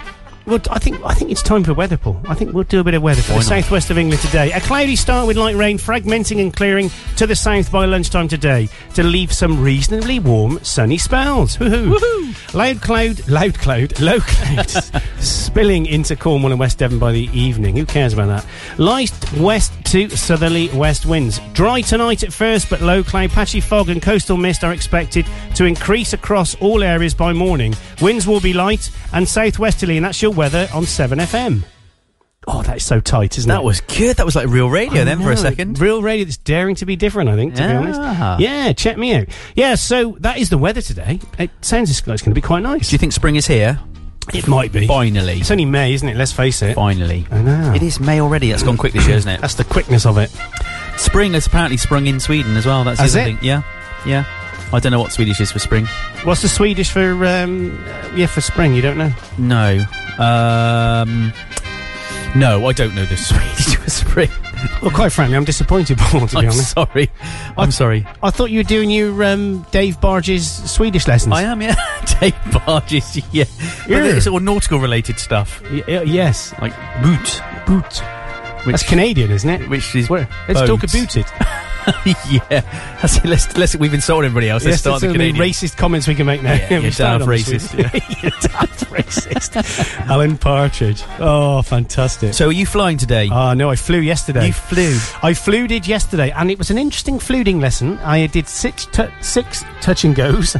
Well, I think I think it's time for weather, Paul. I think we'll do a bit of weather for
Why
the
not?
southwest of England today. A cloudy start with light rain, fragmenting and clearing to the south by lunchtime today to leave some reasonably warm, sunny spells. Woohoo! Woohoo! Loud cloud, loud cloud, [LAUGHS] low clouds spilling into Cornwall and West Devon by the evening. Who cares about that? Light west to southerly west winds. Dry tonight at first, but low cloud, patchy fog, and coastal mist are expected to increase across all areas by morning. Winds will be light and southwesterly, and that's your weather on 7FM. Oh, that is so tight, isn't it?
That was good. That was like real radio
I
then for
know,
a second.
Real radio that's daring to be different, I think, to be
Ah.
honest. Yeah, check me out. Yeah, so that is the weather today. It sounds as though it's going to be quite nice.
Do you think spring is here?
it might be.
Finally.
It's only May, isn't it? Let's face it.
Finally.
I know.
It is May already. That's gone quick this year, isn't it?
That's the quickness of it.
Spring has apparently sprung in Sweden as well. That's the
Has
other
it?
thing. Yeah, yeah. I don't know what Swedish is for spring.
What's the Swedish for, um, uh, yeah, for spring? You don't know?
No. Um, no, I don't know the [LAUGHS] Swedish for spring.
Well, quite frankly, I'm disappointed, [LAUGHS] Paul, to be
I'm
honest.
sorry. I'm sorry.
I thought you were doing your um, Dave Barge's Swedish lessons.
I am, yeah. [LAUGHS] Dave Barges, yeah. But
Yeah.
it's all nautical related stuff.
Y- y- yes.
Like boot.
Boot.
Which,
That's Canadian, isn't it?
Which is
Where? Let's talk
boat. [LAUGHS]
about it.
yeah. That's it. Let's, let's, we've insulted everybody else. Let's
Yes,
start
that's
the
the
Canadian.
racist comments we can make [LAUGHS] now.
Yeah, you're
We
daft
started on the
racist,
Swedish. You're daft racist. [LAUGHS] Alan Partridge. Oh, fantastic.
[LAUGHS] So are you flying today?
Ah, no, I flew yesterday.
you flew.
I flew did yesterday, and it was an interesting fluding lesson. I did six tu- six touch and goes,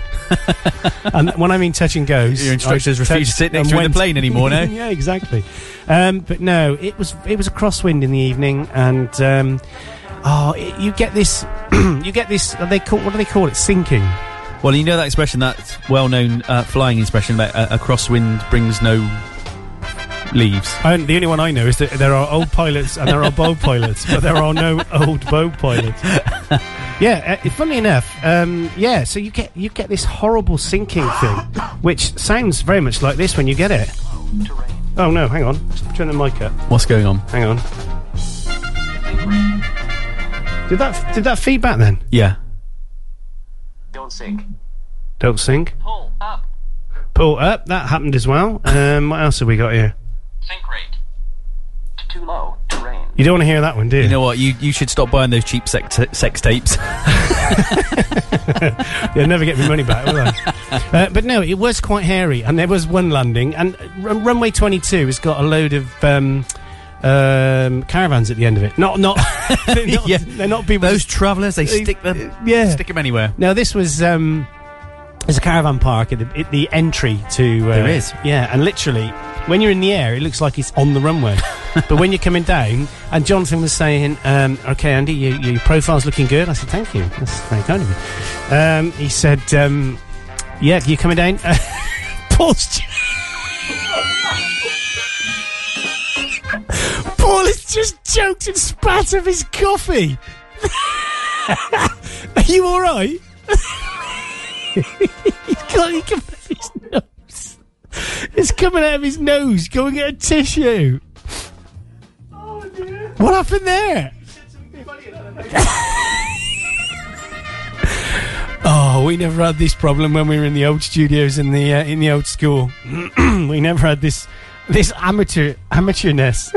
[LAUGHS] and when I mean touch and goes,
Your instructors
I
refused to
touched
sit next
and
to you in
went.
the plane anymore, no?
[LAUGHS] yeah, exactly. Um, but no, it was it was a crosswind in the evening, and um, oh, it, you get this, [CLEARS THROAT] you get this. They call what do they call it? Sinking.
Well, you know that expression, that well-known uh, flying expression about uh, a crosswind brings no leaves.
I, the only one I know is that there are old pilots and there are bow pilots, but there are no old bow pilots. Yeah, uh, funnily enough, um, yeah. So you get you get this horrible sinking thing, which sounds very much like this when you get it. Oh no! Hang on, turn the mic up.
What's going on?
Hang on. Did that did that feedback then?
Yeah.
Don't sink. Pull up. Pull up. That happened as well. Um, what else have we got here? Sink rate. Too low. Terrain. You don't want to hear that one, do you?
You know what? You you should stop buying those cheap sex, sex tapes.
[LAUGHS] They'll never get me money back, will
[LAUGHS]
they? uh, but no, it was quite hairy, and there was one landing. And r- runway 22 has got a load of um, um, caravans at the end of it. Not, [LAUGHS] not, they're
[LAUGHS]
not,
Yeah.
they're not people.
[LAUGHS] those travellers, they uh,
They-
stick them.
yeah.
Stick them anywhere.
no, this was. Um, there's a caravan park at the, at the entry to. Uh,
There is.
Yeah, and literally, when you're in the air, it looks like it's on
[LAUGHS]
the runway. but when you're coming down, and Jonathan was saying, um, okay, Andy, you, your profile's looking good. I said, thank you. That's very kind of you. Um, he said, um, yeah, you coming down? [LAUGHS] Paul's. ju- [LAUGHS] Paul has just choked and spat of his coffee. [LAUGHS] Are you all right? He's got it coming out of his nose. It's coming out of his nose. Go and get a tissue. What happened there? oh, we never had this problem when we were in the old studios in the uh, in the old school. [CLEARS THROAT] we never had this this amateur amateurness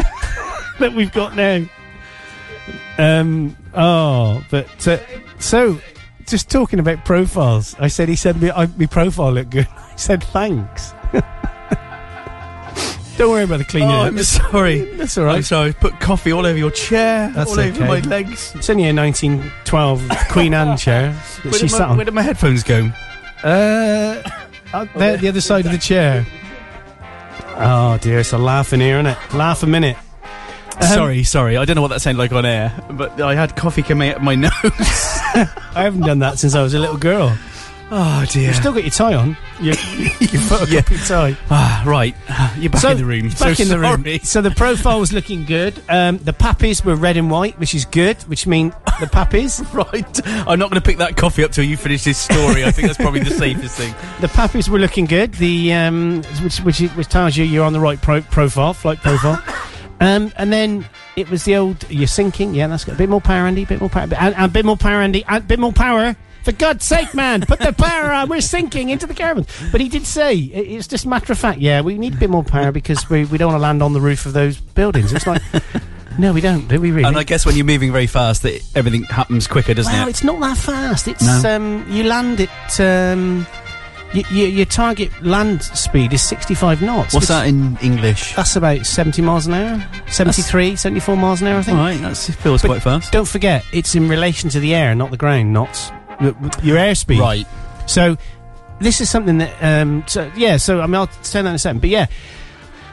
[LAUGHS] that we've got now. Um. Oh, but uh, so just talking about profiles. I [LAUGHS] said he said me I, my profile looked good. I said thanks. [LAUGHS] Don't worry about the cleaning.
Oh,
up.
I'm sorry. [LAUGHS]
That's all right.
I'm sorry. Put coffee all over your chair,
That's
all over
okay.
my legs.
It's only a 1912 Queen Anne chair that
Where
she
did my-
sat on.
where did my headphones go?
Uh, out there, the other side of the chair. Oh dear, it's a laugh in here, isn't it? Laugh a minute. Um,
sorry, sorry. I don't know what that sounded like on air, but I had coffee coming out of my [LAUGHS] nose.
I haven't done that since I was a little girl.
Oh dear.
You've still got your tie [LAUGHS] on. Your, your photocopy tie.
Ah, right. [SIGHS] You're back
So,
in the room.
it's [LAUGHS] Back
so
in the room.
sorry. [LAUGHS]
So the profile was looking good. Um, the pappies were red and white, which is good, which mean the pappies.
Right. I'm not going to pick that coffee up till you finish this story. I think that's probably the [LAUGHS] safest thing.
The pappies were looking good. The um, which, which which tells you you're on the right pro- profile, flight profile. um, and then it was the old you're sinking. Yeah, that's good. A bit more power, Andy. A bit more power. And, and a bit more power, Andy. And a bit more power. For God's sake, man, put the power on. We're sinking into the caravan. But he did say it- it's just a matter of fact. Yeah, we need a bit more power because we, we don't want to land on the roof of those buildings. It's like. [LAUGHS] No, we don't. Do we [LAUGHS] really?
And I guess when you're moving very fast, that everything happens quicker, doesn't
Wow,
it?
it's not that fast. It's
No.
um, you land at um, y- y- your target land speed is 65 knots.
What's
which-
that in English?
That's about 70 miles an hour, 73, 74 miles an hour, I
All
think.
right, that feels
But
quite fast.
Don't forget, it's in relation to the air, not the ground knots. Your your airspeed.
Right.
So this is something that um so yeah, so I mean I'll say that in a second. But yeah,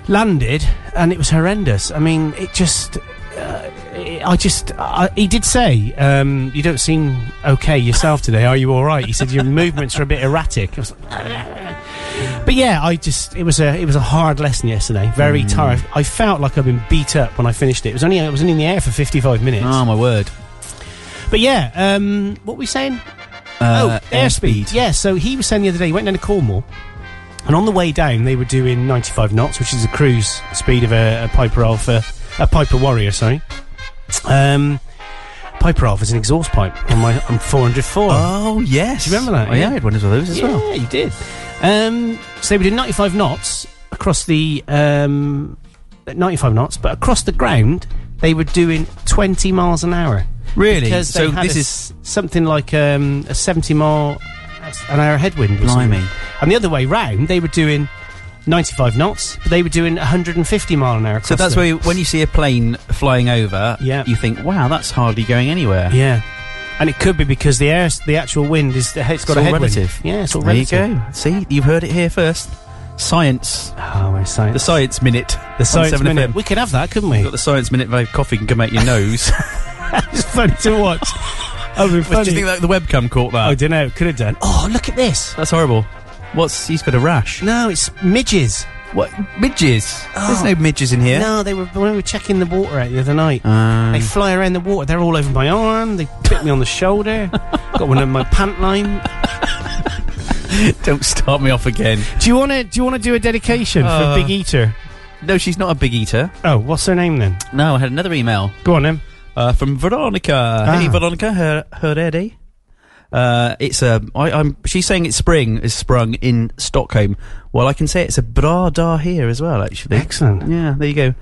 landed and it was horrendous. I mean, it just uh, I just I, he did say um, you don't seem okay yourself today. Are you all right? He said your movements are a bit erratic. I was like, [LAUGHS] but yeah, I just it was a it was a hard lesson yesterday. Very tired. I felt like I've been beat up when I finished it. It was only I was only in the air for fifty five minutes.
Oh my word.
But yeah, um, what were we saying?
Uh,
oh, airspeed. Yeah, so he was saying the other day, he went down to Cornwall, and on the way down, they were doing 95 knots, which is the cruise speed of a, a Piper Alpha, a Piper Warrior, sorry. Um, Piper Alpha is an exhaust pipe on my on 404.
Oh yes.
Do you remember that?
Oh, yeah, I had one of those as
yeah,
well.
you did. Um, so we did 95 knots across the um, 95 knots, but across the ground, they were doing 20 miles an hour
Really?
because
so
they had
this
a
is
s- something like um, a 70 mile an hour headwind. Or something.
Blimey.
And the other way round, they were doing 95 knots, but they were doing 150 mile an hour.
So
across
that's
them.
where you, when you see a plane flying over,
Yeah.
you think, "Wow, that's hardly going anywhere."
Yeah. And it could be because the air, the actual wind is the, it's got
It's
a
all
headwind.
relative.
Yeah, it's all
There you
relative.
go. See, you've heard it here first. Science,
Oh, my science. [LAUGHS]
the science minute,
The science
7FM.
minute. We could have that, couldn't
You've [LAUGHS]
we?
got the science minute. Where coffee can come out your nose. [LAUGHS]
it's funny to watch. That would be
Do you
funny.
think that the webcam caught that?
I don't know. Could have done. Oh, look at this.
that's horrible. What's he's got a rash?
No, it's midges.
What midges? There's no midges in here.
No, they were when we were checking the water out the other night.
Um,
They [LAUGHS] fly around the water. They're all over my arm. They bit me on the shoulder. Got one in my pant line.
don't start me off again.
Do you want to? Do you want to do a dedication
Uh,
for Big Eater?
No, she's not a big eater.
Oh, what's her name then?
No, I had another email.
Go on then.
uh, from Veronica. Hey,
Ah.
Veronica Her- Herreri. Uh, it's a. I, I'm. She's saying it's spring is sprung in Stockholm. Well, I can say it's a bra da here as well. Actually,
Excellent.
Yeah, there you go.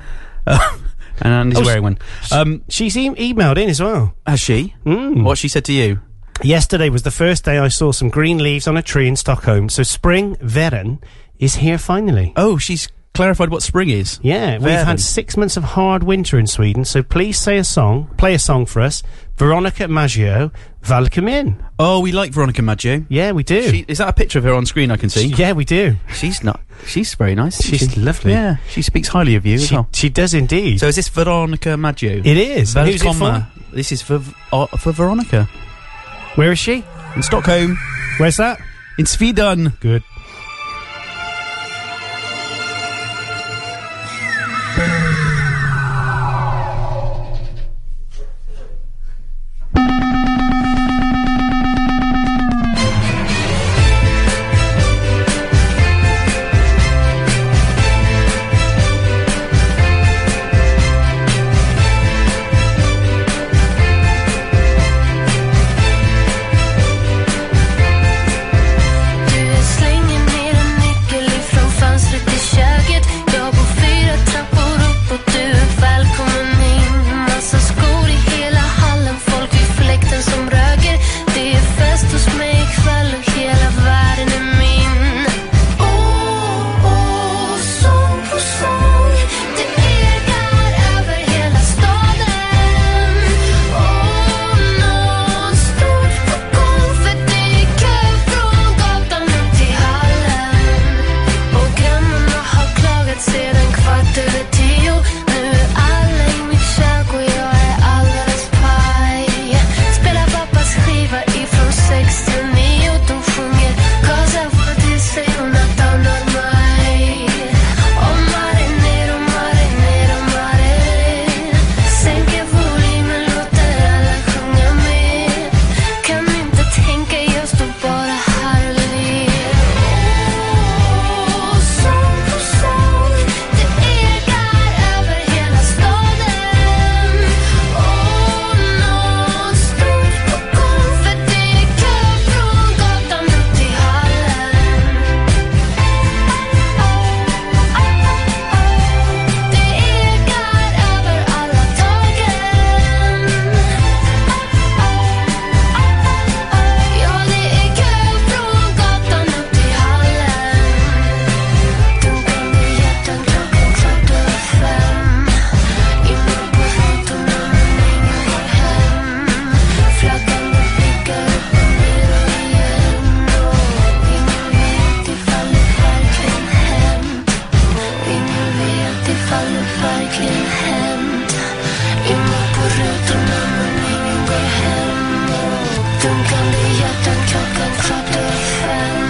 Uh, [LAUGHS] and Andy's
Oh, s-
wearing one. Um,
She's e- emailed in as well.
has she?
Mm.
What she said to you?
Yesterday was the first day I saw some green leaves on a tree in Stockholm. So spring, Veren, is here finally.
Oh, she's clarified what spring is.
Yeah, we've
Veren.
had six months of hard winter in Sweden. So please say a song, play a song for us. Veronica Maggio, welcome in.
Oh, we like Veronica Maggio.
Yeah, we do.
She, is that a picture of her on screen? I can see.
yeah, we do.
She's not. She's very nice. isn't
She's
she?
lovely.
Yeah, she speaks highly of you as
She,
well.
she does indeed.
So is this Veronica Maggio?
It is. And who's it
Velkomna. This is for V- uh, for Veronica
for? Where is she?
in Stockholm,
Where's that?
in Sweden.
Good.
Sling Oh, Oh, sex to me, eu don't forget. Cause I want this thing on the town of mine. Oh, mare, nero, mare, nero, mare. Sen che voli me lo terrà con me. Che mi da tänka just då bara Harley. Åh, sång på sång. Det ekar över hela staden. Åh, nåt stort på gång. För det är kö från gatan upp till hallen. Det ekar över alla taken. Ja, det är kö från gatan upp till hallen. Dunkande hjärtan klockan kvart över fem. Inne på foton och min egen går hem. Fladdrande blickar upp och ner och igen. Och ingen vet ifall det verkligen hänt. Ingen vet ifall det verkligen hänt. Inne på rutan och min egen går hem. Och dunkande hjärtan klockan kvart över fem.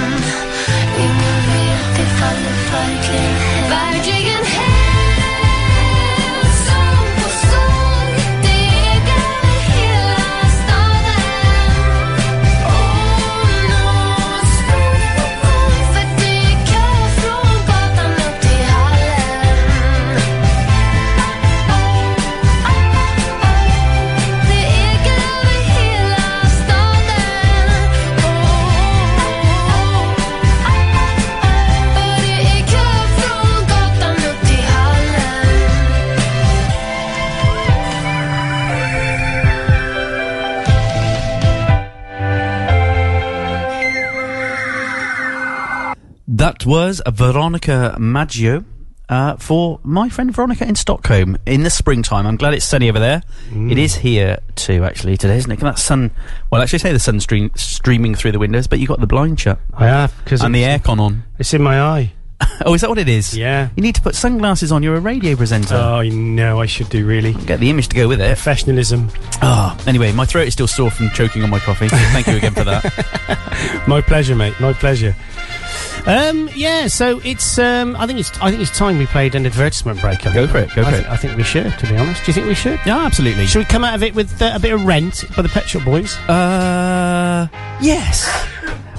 Ingen vet ifall det verkligen hänt. Verkligen hänt. Sång på sång, det ekar hela staden. Åh, nåt stort på gång, för det är kö från gatan upp till hallen. Det ekar över hela staden. Det är kö från gatan upp till hallen.
That was Veronica Maggio uh, for my friend Veronica in Stockholm in the springtime. I'm glad it's sunny over there. It is here too, actually, today, isn't it? Can that sun? Well, actually, say the sun stream, streaming through the windows, but you got the blind shut.
I have because
and the aircon on.
It's in my eye.
oh, is that what it is?
Yeah.
You need to put sunglasses on. You're a radio presenter.
Oh, I know I should do really.
Get the image to go with it.
Professionalism.
Ah, anyway, my throat is still sore from choking on my coffee. Thank you again for that.
My pleasure, mate. My pleasure. Um, yeah, so it's. Um, I think it's. I think it's time we played an advertisement break. I
Go
think.
for it, go
I
for
thi-
it.
I think we should. To be honest, do you think we should?
Yeah, absolutely.
Should we come out of it with uh, a bit of rent by the Pet Shop Boys?
Uh, yes.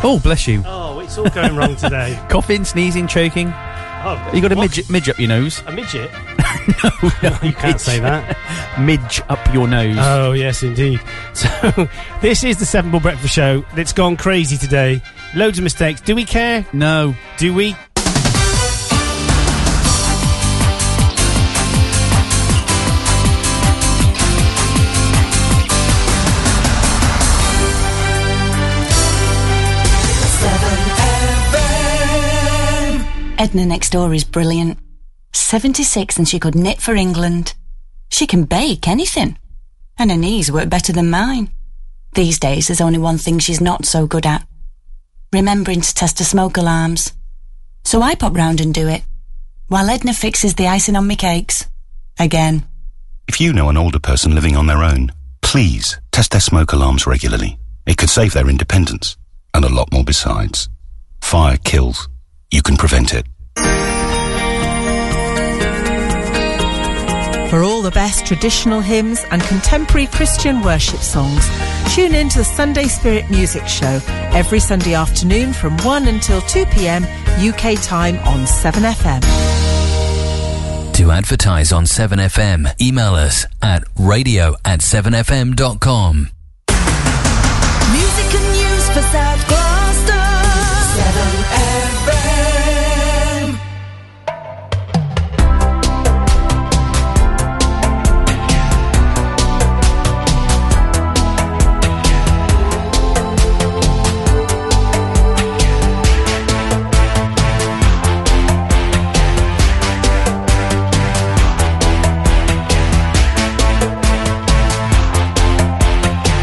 Oh, bless you.
Oh, it's all going wrong [LAUGHS] today.
Coughing, sneezing, choking.
Oh,
You got a
what?
midge, midge up your nose.
A midget? [LAUGHS]
no,
You can't say that.
Midge up your nose.
Oh, yes, indeed. [LAUGHS] So, this is the Seven Ball Breakfast Show. It's gone crazy today. Loads of mistakes. Do we care?
no.
Do we?
Edna next door is brilliant. 76 and she could knit for England. She can bake anything. And her knees work better than mine. These days, there's only one thing she's not so good at remembering to test her smoke alarms. So I pop round and do it, while Edna fixes the icing on me cakes. Again.
If you know an older person living on their own, please test their smoke alarms regularly. It could save their independence and a lot more besides. Fire kills. You can prevent it.
For all the best traditional hymns and contemporary Christian worship songs, tune in to the Sunday Spirit Music Show every Sunday afternoon from 1 until 2 pm UK time on 7FM.
To advertise on 7FM, email us at radio at 7fm.com.
Music and news for South Gloucester. 7FM.
Music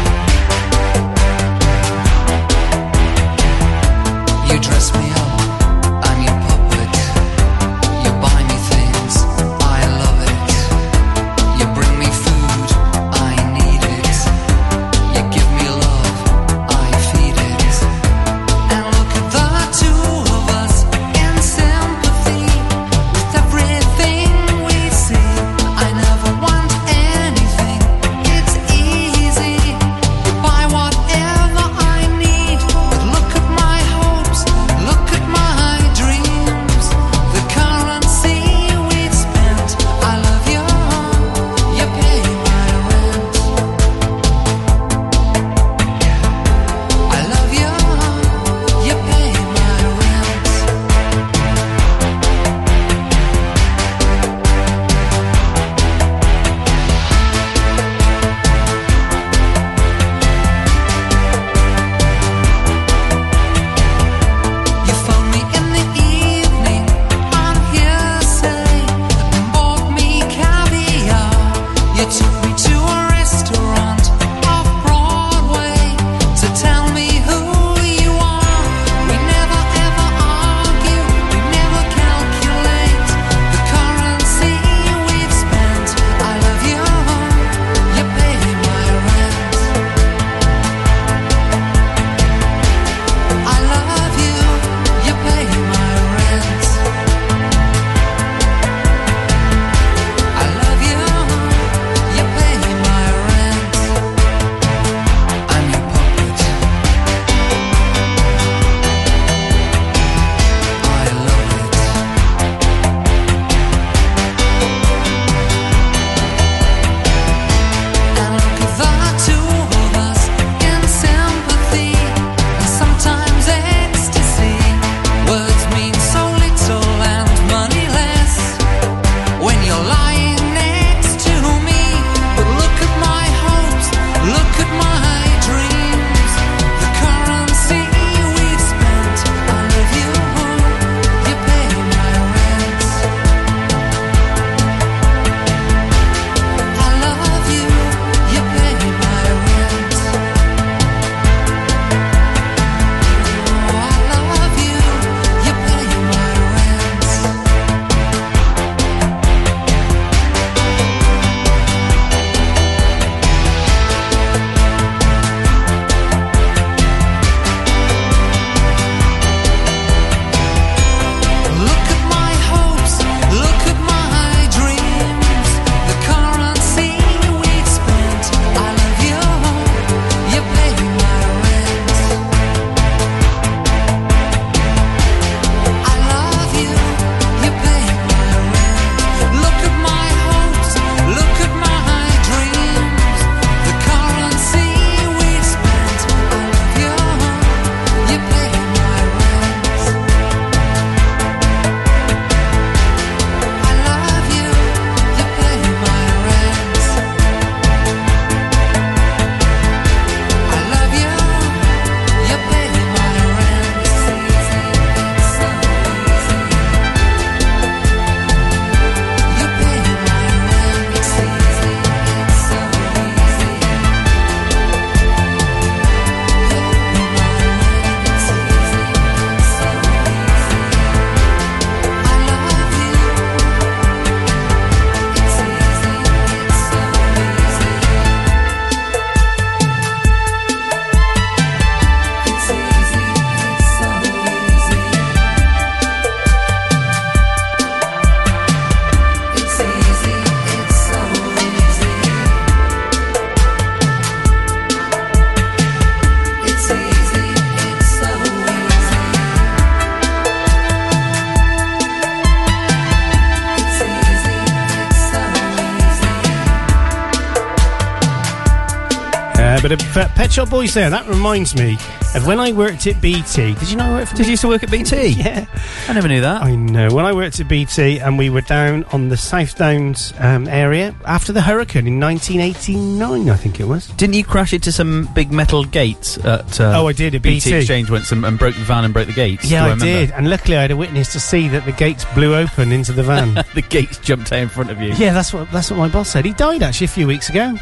Oh,
there, but uh, Pet Shop Boys there. That reminds me of when I worked at BT. Did you know I worked? For [LAUGHS] Did
you used to work at BT?
yeah,
I never knew that.
I know. When I worked at BT, and we were down on the South Downs um, area after the hurricane in 1989, I think it was.
Didn't you crash into some big metal gates at? Uh,
Oh, I did, at BT.
Exchange once and, and broke the van and broke the gates.
Yeah,
Do
I,
remember?
did. And luckily, I had a witness to see that the gates blew open into
[LAUGHS]
the van.
the gates jumped out in front of you.
yeah, that's what that's what my boss said. He died actually a few weeks ago.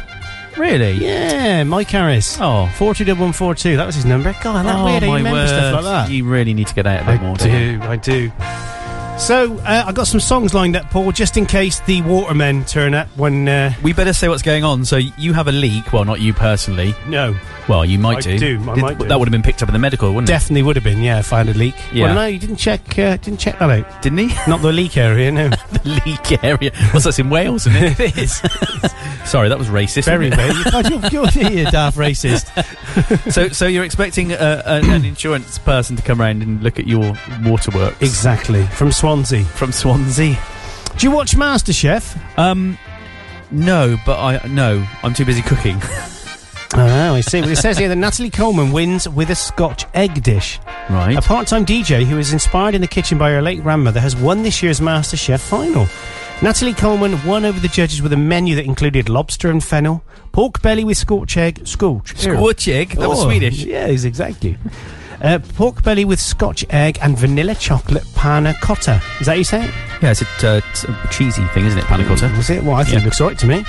Really?
Yeah, Mike Harris.
Oh.
421142. That was his number. God, that
oh,
weird. how
my
you remember stuff
word.
like that.
You really need to get out a
I
bit more. don't you?
do, I do. So uh, I got some songs lined up, Paul, just in case the Watermen turn up when. Uh,
We better say what's going on. So you have a leak. Well, not you personally.
no,
Well, you might
I
do.
do, I
Did-
might do.
That would have been picked up in the medical, wouldn't
definitely would have been. Yeah, if I had a leak.
Yeah.
Well, no, you didn't check. Uh, didn't check that out.
it? Didn't he? [LAUGHS]
Not the leak area. No.
the leak area. What's that's in Wales, isn't it?
[LAUGHS]
it is. [LAUGHS] Sorry, that was racist.
Very
wasn't it?
weird. You- God, You're, you're, you're a daft racist.
[LAUGHS] so, so you're expecting uh, an, an insurance person to come around and look at your waterworks
[LAUGHS] Exactly. From Swansea.
from Swansea?
Do you watch MasterChef?
Um, no, but I no, I'm too busy
[LAUGHS]
cooking.
Oh, I see. Well, it says here that Natalie Coleman wins with a Scotch egg dish.
Right.
A part-time DJ who is inspired in the kitchen by her late grandmother has won this year's MasterChef final. Natalie Coleman won over the judges with a menu that included lobster and fennel, pork belly with scorch egg, scorch,
Squatch egg. That was
Oh,
Swedish.
Yes, exactly. Uh, pork belly with scotch egg and vanilla chocolate panna cotta. Is that how you say it?
Yeah, it's a, uh, it's a cheesy thing, isn't it? Panna cotta. [LAUGHS]
Was it? Well, I think
Yeah.
it looks alright to me.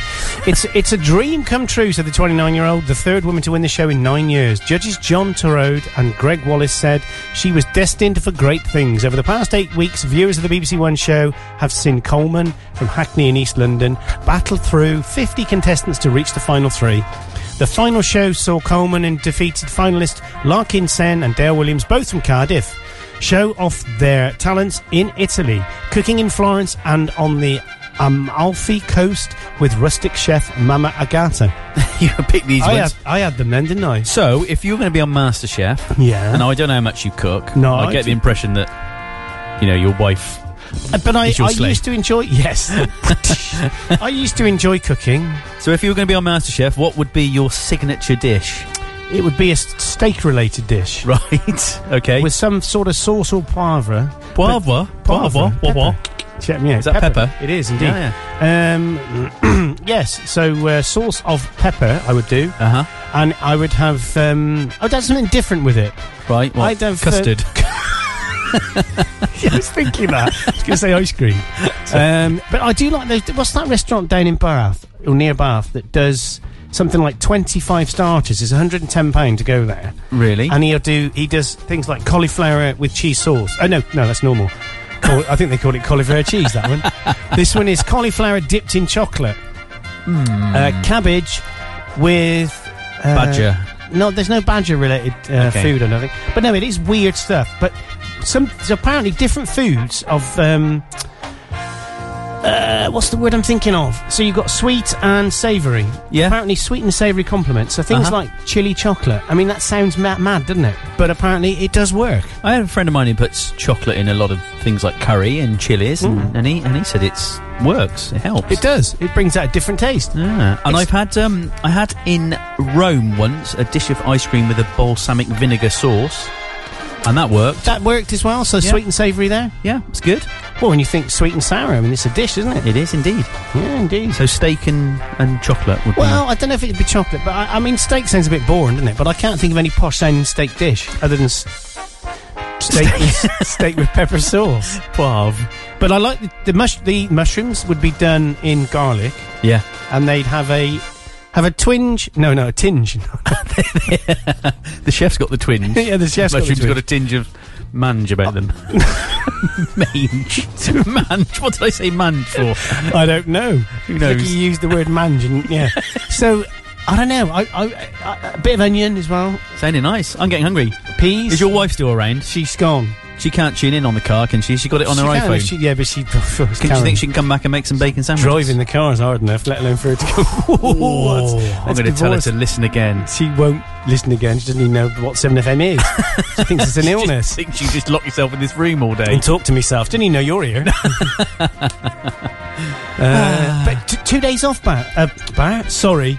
It's it's a dream come true, said the 29 year old, the third woman to win the show in nine years. Judges John Turode and Greg Wallace said she was destined for great things. Over the past eight weeks, viewers of the BBC One show have seen Coleman from Hackney in East London battle through 50 contestants to reach the final three. The final show saw Coleman and defeated finalist Larkin Sen and Dale Williams, both from Cardiff, show off their talents in Italy, cooking in Florence and on the um, Amalfi Coast with rustic chef Mama Agata.
you pick these
I
ones.
had, I had them then, didn't I?
So, if you're going to be on MasterChef,
Yeah.
and I don't know how much you cook,
No,
I
I
get the
do.
impression that you know your wife.
Uh, but I,
It's your
I
slate.
used to enjoy.
[LAUGHS]
Yes. I used to enjoy cooking.
So, if you were going to be on MasterChef, what would be your signature dish? [LAUGHS]
It would be a steak related dish
Right. Okay.
with some sort of sauce or poivre.
Poivre. Poivre.
Pepper.
Poivre.
Check me out.
Is that pepper?
It is indeed.
Yeah.
Um, [CLEARS THROAT] yes, so uh, sauce of pepper I would do,
Uh huh.
and I would have. Um, I would have something different with it.
Right. Well,
I don't thi-
custard. [LAUGHS]
[LAUGHS] I was thinking that. I was going to say ice cream. Um, but I do like those. What's that restaurant down in Bath or near Bath that does something like 25 starters? It's £110 to go there.
really?
And he'll do, he does things like cauliflower with cheese sauce. Oh, no, no, that's normal. Caul- I think they call it cauliflower cheese, that one. This one is cauliflower dipped in chocolate. Uh, cabbage with. Uh,
Badger.
no, there's no badger related uh,
Okay.
food or nothing. But no, it is weird stuff. But some so apparently different foods of um, uh, what's the word I'm thinking of? So you've got sweet and savoury.
Yeah.
Apparently, sweet and savoury complements. So things
Uh-huh.
like chili chocolate. I mean, that sounds ma- mad, doesn't it? But apparently, it does work.
I had a friend of mine who puts chocolate in a lot of things like curry and chilies, and, and he and he said it's works. It helps.
Mm. It does. It brings out a different taste.
Yeah. And
It's-
I've had um, I had in Rome once a dish of ice cream with a balsamic vinegar sauce, and that worked.
That worked as well. So
Yeah.
sweet and savoury there.
yeah, it's good.
Well, when you think sweet and sour, I mean, it's a dish, isn't it?
It is indeed.
Yeah, indeed.
So steak and, and chocolate would
Well, I don't know if it'd be chocolate, but I, I mean, steak sounds a bit boring, doesn't it? But I can't think of any posh sounding steak dish other than s- steak with, [LAUGHS] steak with pepper sauce.
be poivre.
But I like the the, mush, the mushrooms would be done in garlic,
Yeah,
and they'd have a have a twinge. No, no, a tinge. [LAUGHS]
the chef's got the twinge.
yeah, the chef's got, the Oh.
Mushroom's got, a
twinge.
tinge of mange about
[LAUGHS]
them. mange, [LAUGHS] mange. What did I say mange for?
I don't know. Who
knows?
you used the word mange, and
[LAUGHS]
yeah. so I don't know. I, I, I, a bit of onion as well.
Sounding nice. I'm getting hungry.
Peas.
Is your wife still around?
She's gone
She can't tune in on the car, can she? She got it on
She
her
can,
iPhone.
She, yeah, but she. [LAUGHS] oh,
can you think she can come back and make some bacon sandwiches?
driving the cars hard enough, let alone for her to go. [LAUGHS]
Ooh, I'm
That's
going to tell her
divorce.
to listen again.
She won't listen again. She doesn't even know what 7FM
[LAUGHS]
is. she thinks it's an illness.
Think you just lock yourself in this room all day.
And talk to myself. Didn't even know you're
[LAUGHS]
here. uh, but t- two days off, Barrett. Uh, Barrett? Sorry.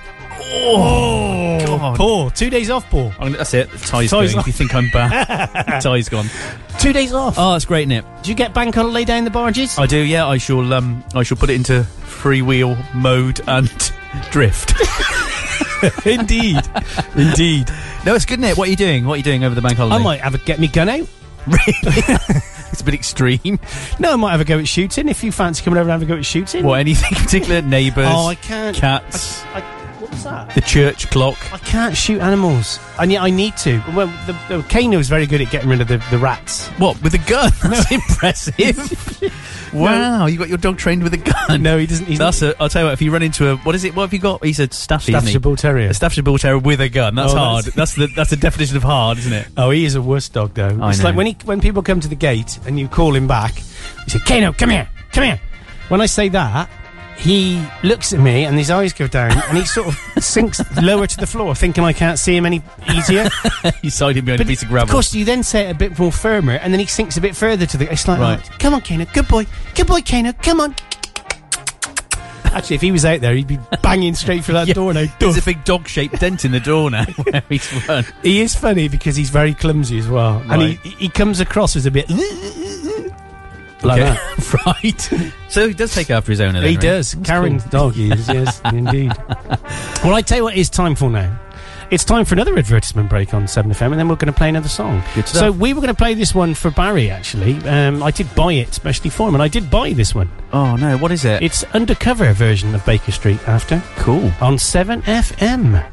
Oh, Paul. Two days off, Paul.
that's it. Ty's,
Ty's
going.
off.
You think I'm
[LAUGHS]
bad? Ty's gone.
Two days off.
Oh, that's great, Nip.
Do you get bank holiday down the barges?
I do. Yeah, I shall. Um, I shall put it into freewheel mode and drift. Oh,
Indeed,
indeed. No, it's good, Nip. What are you doing? What are you doing over the bank holiday?
[LAUGHS] I might have a get me gun out.
It's a bit extreme.
No, I might have a go at shooting if you fancy coming over and have a go at shooting.
What? Anything in particular? Neighbours.
Oh, I can't.
Cats.
I, I- what's that?
the church clock.
I can't shoot animals, and yet I need to. Well, the, the Kano is very good at getting rid of the, the rats.
What with a gun? That's impressive. wow, you got your dog trained with a gun.
No, he doesn't. He's
That's a. I'll tell you what. If you run into a, what is it? What have you got? He's a Staffordshire. isn't he?
Staffordshire Bull Terrier.
A Staffordshire Bull Terrier with a gun. That's
Oh,
hard.
that's-
That's, the that's the definition of hard, isn't it?
Oh, he is a worse dog though.
I
it's
know.
like when he when people come to the gate and you call him back, you say, "Kano, come here, come here." When I say that, he looks at me and his eyes go down and he sort of [LAUGHS] sinks lower to the floor, thinking I can't see him any easier.
He's hiding behind a piece of gravel.
Of course, you then say it a bit more firmer, and then he sinks a bit further to the. It's like,
Right.
"Oh, come on, Kano, good boy, good boy, Kano, come on. Actually, if he was out there, he'd be banging straight [LAUGHS] for that
Yeah.
door now.
There's a big dog-shaped dent in the door now [LAUGHS] where he's run.
He is funny because he's very clumsy as well, and he
Right.
he comes across as a bit [LAUGHS] like
Okay.
that.
[LAUGHS] right. So he does take after his owner. Then,
He
right?
does. Karen's dog he
[LAUGHS]
is, yes, indeed. Well, I tell you what it's time for now. It's time for another advertisement break on 7FM, and then we're going to play another song.
Good stuff.
So, we were going to play this one for Barry, actually. Um, I did buy it specially for him, and I did buy this one.
Oh no! What is it?
It's undercover version of Baker Street After
cool.
on 7FM.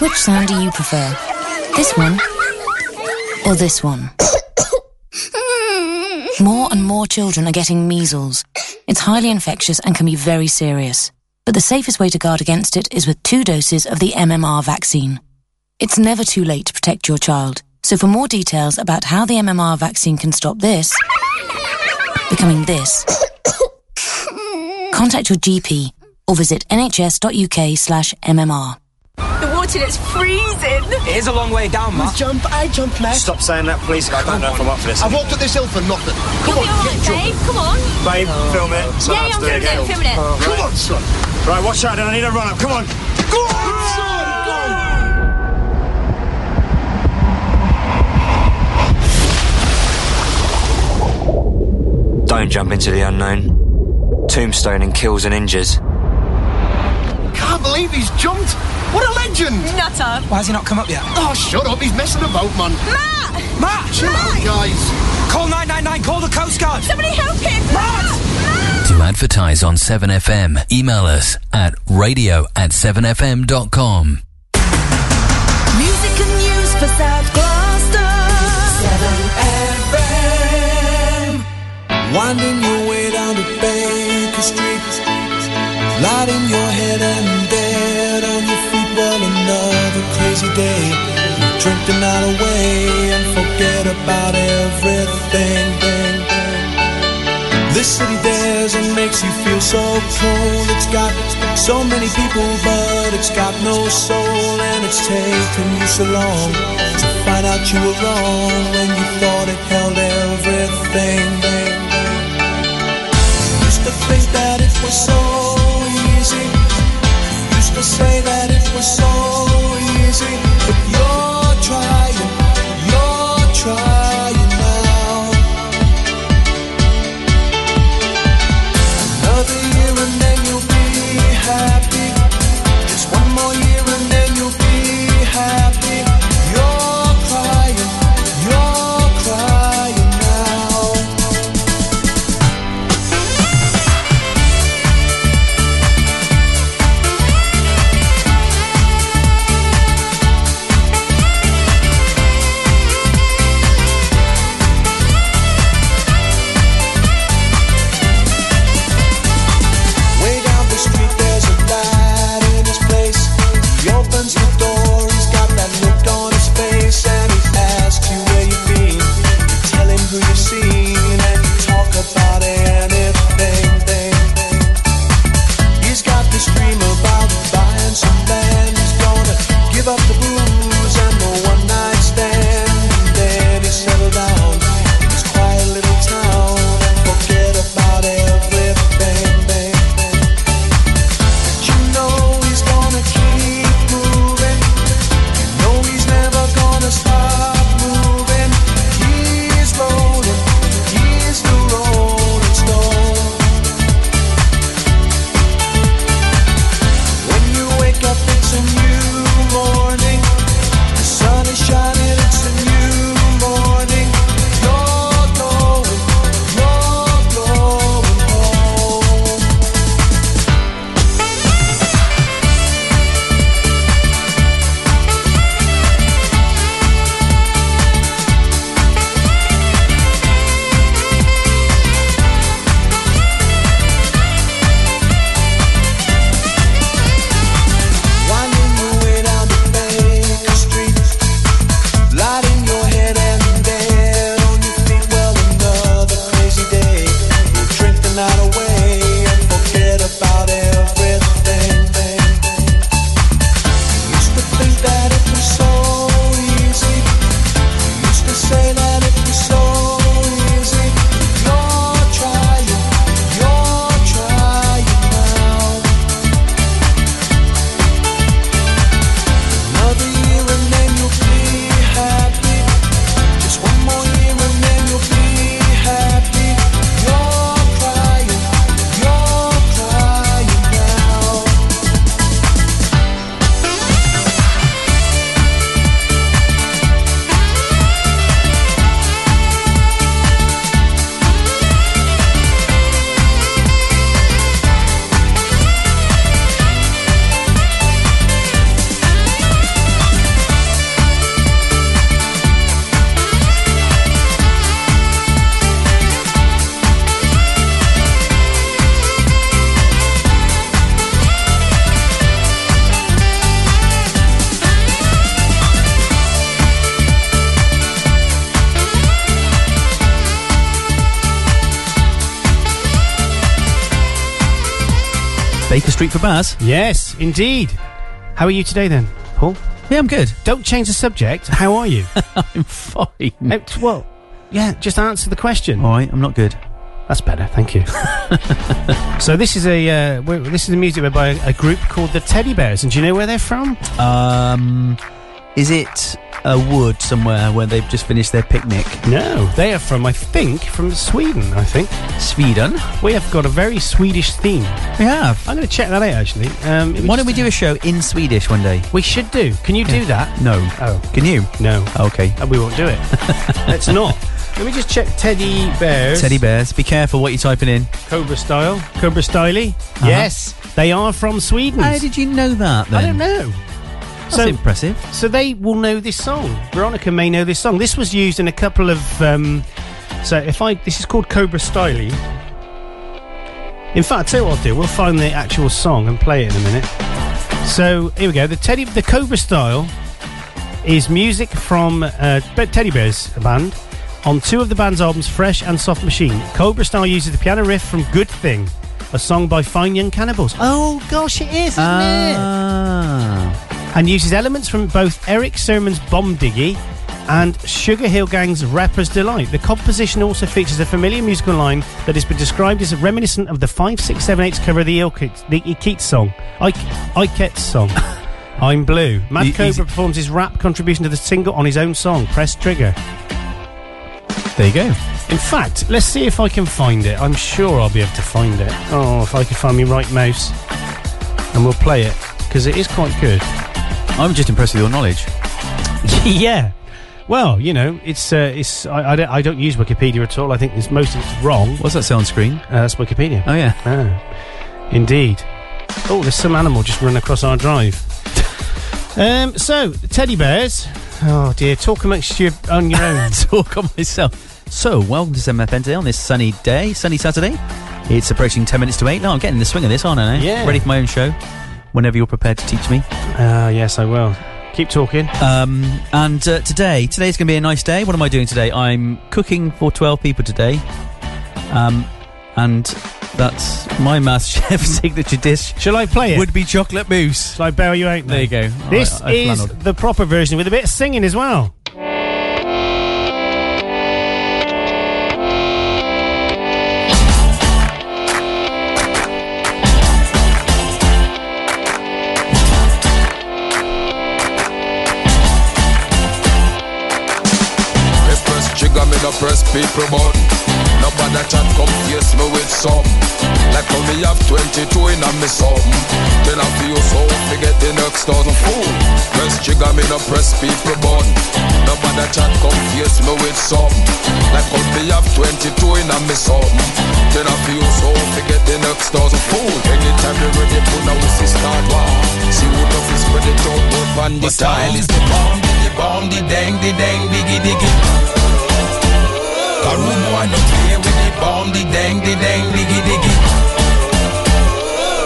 Which sound do you prefer? This one or this one? More and more children are getting measles. It's highly infectious and can be very serious. But the safest way to guard against it is with two doses of the MMR vaccine. It's never too late to protect your child. So for more details about how the MMR vaccine can stop this becoming this, contact your GP or visit nhs.uk slash MMR.
The water is freezing.
It is a long way down, Matt.
Jump, I jump left.
Stop saying that, please. I don't know if I'm up for this. I've walked up this hill for nothing.
You'll be alright, babe. Come on.
Babe, film it. Someone
Yeah,
else
I'm
do it
filming it,
again.
filming it.
All right. Come on, son. Right, watch out. I need a run up. Come on. Go on, son. Go.
Don't jump into the unknown. Tombstoning kills and injures.
Can't believe he's jumped. What a legend.
Nutter.
Why has he not come up yet? Oh, shut up. He's messing about, man.
Matt!
Matt, shut up, guys. Call 999. Call the Coast Guard.
Somebody help him! Matt!
To advertise on 7FM, email us at radio at 7fm.com.
Music and news for South Gloucester. 7FM. Winding your way down to Baker Street. Light in your head and dead on your feet. Well, another crazy day. You drink the night away and forget about everything. Bang, bang. This city dares and makes you feel so cold. It's got so many people, but it's got no soul. And it's taken you so long to find out you were wrong when you thought it held everything. Used to think that it was so easy. Used to say that it was so easy. But you're trying, you're trying now. Another year and then you'll be happy. Just one more year and then you'll be happy. You're crying, you're crying now.
Super Street for Baz.
Yes, indeed. How are you today then, Paul?
Yeah, I'm good.
Don't change the subject. How
[LAUGHS]
are you? Uh,
I'm fine.
well, yeah, just answer the question.
All right, I'm not good.
That's better,
[LAUGHS]
thank you. so this is a uh, w- this is a music by a, a group called the Teddy Bears, and do you know where they're from?
Um, is it a wood somewhere where they've just finished their picnic?
No, they are from I think from Sweden. I think
Sweden.
We have got a very Swedish theme.
We have.
I'm going to check that out actually. Um, it
Why
was
don't we
just-
do a show in Swedish one day?
We should do. Can you do that?
No.
Oh.
Can you?
No,
Okay.
and we won't do
[LAUGHS]
it. Let's not. Let me just check Teddy Bears.
Teddy bears. Be careful what you're typing in.
Cobra style. Cobra styley. Yes, they are from Sweden.
Uh-huh. How did you know that? Then?
I don't know.
That's
So-
impressive.
So they will know this song. Veronica may know this song. This was used in a couple of. Um, so if I, this is called Cobra Styley. In fact, tell you what I'll do. We'll find the actual song and play it in a minute. So here we go. The Teddy, the Cobra Style, is music from uh, Be- Teddy Bears a band on two of the band's albums, Fresh and Soft Machine. Cobra Style uses the piano riff from Good Thing, a song by Fine Young Cannibals. Oh gosh, it is, isn't it?
Ah.
and uses elements from both Eric Sermon's Bomb Diggy and Sugar Hill Gang's Rapper's Delight. The composition also features a familiar musical line that has been described as reminiscent of the 5678's cover of the Ilkits, the Ikeet song.
[LAUGHS]
Ikeet song. I'm Blue. Mad
E-
Cobra
easy.
performs his rap contribution to the single on his own song, Press Trigger.
There you go.
In fact, let's see if I can find it. I'm sure I'll be able to find it. Oh, if I can find me right mouse. And we'll play it, because it is quite good.
I'm just impressed with your knowledge.
[LAUGHS] yeah. Well, you know, it's uh, it's I, I, don't, I don't use Wikipedia at all. I think it's most of it's wrong.
What's that sound screen?
Uh, that's Wikipedia.
Oh yeah. [LAUGHS]
Ah, indeed. Oh, there's some animal just run across our drive.
[LAUGHS]
um, so teddy bears. Oh dear, talk amongst you on
[LAUGHS]
your own.
Talk on myself. So, welcome to 7FM today on this sunny day, sunny Saturday. It's approaching 10 minutes to 8. No, I'm getting the swing of this, aren't I? now?
Yeah.
Ready for my own show whenever you're prepared to teach me.
Ah, yes, I will. Keep talking.
Um, and uh, today, today's going to be a nice day. What am I doing today? I'm cooking for 12 people today. Um, and that's my [LAUGHS] mass chef signature dish
Shall I play it?
would be chocolate mousse.
Shall I bail you out?
There you
mate?
go.
This
I- I
is
flannelled.
the proper version with a bit of singing as well.
Me press trigger, me no press people button. Nobody chat come face me with some. Like how me have 22 in a me some. Then I feel so to get the next thousand fool. Press trigger, me no press people button. Nobody chat come face me with some. Like how me have 22 in a me some. Then I feel so to get the next thousand fool. Anytime you ready, put now we see start war. See who the fist spread it out, but man, the style is the bomb, the bomb, the dang, the dang, diggy, diggy. Karum boy no play with the bomb, the dang, the dang, diggy diggy.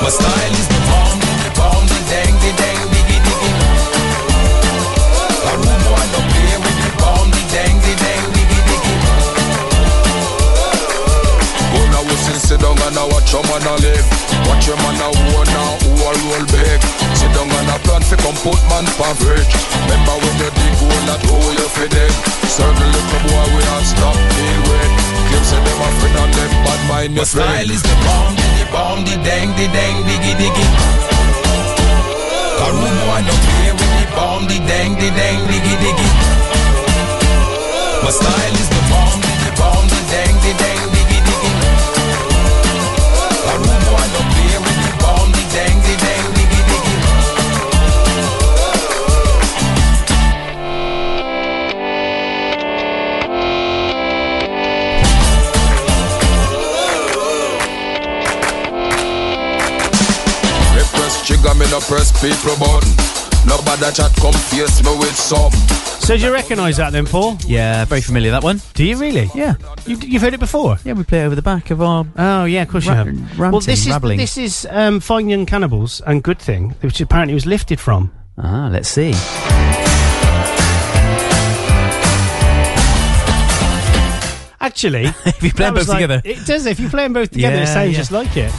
My style is the bomb, the bomb, the dang, the dang, diggy diggy. Karum boy no play with the bomb, the dang, the dang, diggy diggy. Go now we see sit down and I watch your man a live. Watch your man a war now, who a roll big. Sit down and a plan fi come put man average. Remember when you dig hole that hole you fi dig. Circle little boy we not stop deal with. Give say them a friend and them bad mind your friend. style is the bomb, the bomb, the dang, the dang, diggy diggy. Karum boy no play with the bomb, the dang, the dang, diggy diggy. My style is the bomb, the bomb, the dang, the dang, diggy diggy. Karum boy no play with the bomb, the dang, the dang, diggy diggy. Me press trigger, me no press people button. Nobody chat come face me with some.
So do you recognise that then, Paul?
Yeah, very familiar that one.
Do you really?
Yeah.
You, you've heard it before.
Yeah, we play over the back of our. uh,
Oh yeah, of course
Ra-
you have.
ranting,
well, this is
rabbling.
this is um, Fine Young Cannibals and Good Thing, which apparently was lifted from.
Ah, let's see.
Actually, [LAUGHS] if
you play 'em both together.
it does. If you play them both together,
Yeah,
it sounds
yeah.
just like it.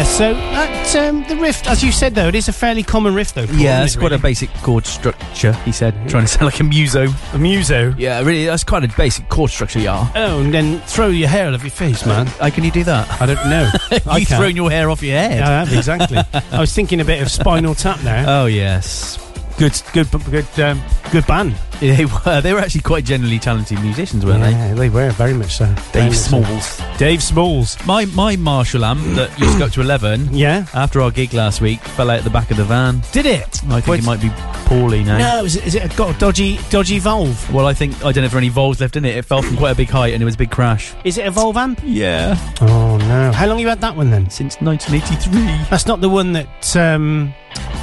So that um, the riff, as you said though, it is a fairly common riff though. Paul,
Yeah,
isn't
it's
it,
quite a
really?
basic chord structure, he said, trying to sound like a muso.
A muso?
Yeah, really, that's quite a basic chord structure, you are.
Oh, and then throw your hair out of your face, man.
How Uh, can you do that?
I don't [LAUGHS] know. I
You've
can't.
thrown your hair off your head.
Yeah, I have, exactly. [LAUGHS] I was thinking a bit of Spinal Tap now.
Oh, yes.
Uh, Good, good, good, um, good band.
Yeah, they were. They were actually quite generally talented musicians, weren't they?
yeah, they? were very much so. Very
Dave
much so.
Smalls.
Dave Smalls.
My my Marshall amp that used to go up to eleven.
Yeah.
After our gig last week, fell out the back of the van.
Did it?
I think it might be poorly now.
No, is it, is it got a dodgy, dodgy valve?
Well, I think I don't know if there are any valves left in it. It fell from quite a big height and it was a big crash.
Is it a Volve amp?
Yeah.
Oh no! How long you had that one then?
Since 1983.
That's not the one that um,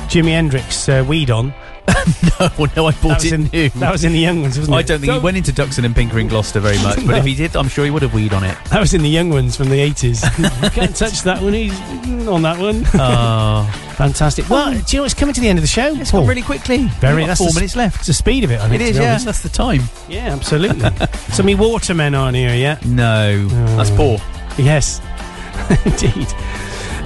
Jimi Hendrix uh, weed on.
[LAUGHS] Oh no, I
That
bought
was
it
in-
new.
[LAUGHS] that was in the young ones, wasn't
I
it?
don't think he
Don't-
went into Duxton and Pinker in Gloucester very much, but if he did, I'm sure he would have weed on [LAUGHS] it.
That was in the young ones from the [LAUGHS] eighties. you can't touch that one. He's on that one.
Oh,
[LAUGHS] Fantastic. Well, do you know it's coming to the end of the show?
it's
Paul?
gone really quickly. We've
Very.
got
That's
four
the s-
minutes left.
It's the speed of it. I think.
It is,
to be
yeah.
honest.
That's the time.
Yeah, absolutely. [LAUGHS] so me watermen aren't here yet.
No, that's poor.
Yes, [LAUGHS] indeed.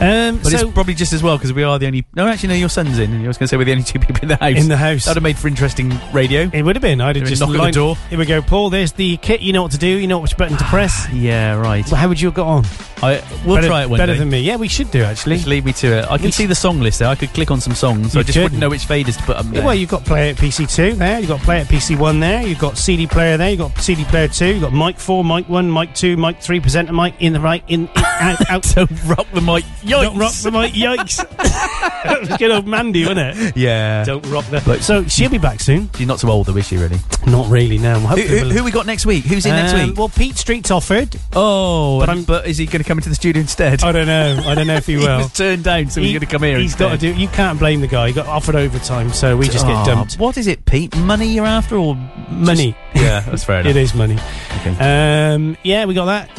Um,
But
so
it's probably just as well because we are the only. No, actually, no. Your son's in. I was going to say we're the only two people in the house.
in the house.
That'd have made for interesting radio.
It would have been. I'd have
Maybe
just
knock at the
lined-
door.
Here we go, Paul. There's the kit. You know what to do. You know which button to press.
Yeah, right.
How would you have got on?
I we'll
better,
try it one
better
day.
than me. Yeah, we should do actually.
Just lead me to it. I can
Which-
see the song list there. I could click on some songs.
You
I just
could.
wouldn't know which faders to put up there.
Well, you've got Play at PC2 there, you've got Play at PC1 there, you've got CD player there, you've got CD player 2, you've got mic 4, mic 1, mic 2, mic 3, presenter mic, in the right, in, in
[LAUGHS]
out, out.
[LAUGHS] Don't rock the mic. Yikes.
Don't rock the mic, yikes. [LAUGHS] that was good old Mandy, wasn't it?
Yeah.
Don't rock the...
But-
so, she'll be back soon.
She's not so old though, is she? Really?
Not really, no. I'm
Who,
hoping
who,
we'll-
who we got next week? Who's in next
Um,
week?
Well, Pete Street's offered.
Oh,
But
but,
I'm-
but is he going to come into the studio instead?
I don't know. I don't know if
[LAUGHS]
he
he
will.
was turned down, so he's
He-
going to come here.
He's got to
instead.
do... You can't blame the guy. He got offered overtime, so we just
Aw,
get dumped.
What is it, Pete? Money you're after, or
Money.
Just- [LAUGHS] yeah, that's fair enough.
It is money. Um, yeah, we got that.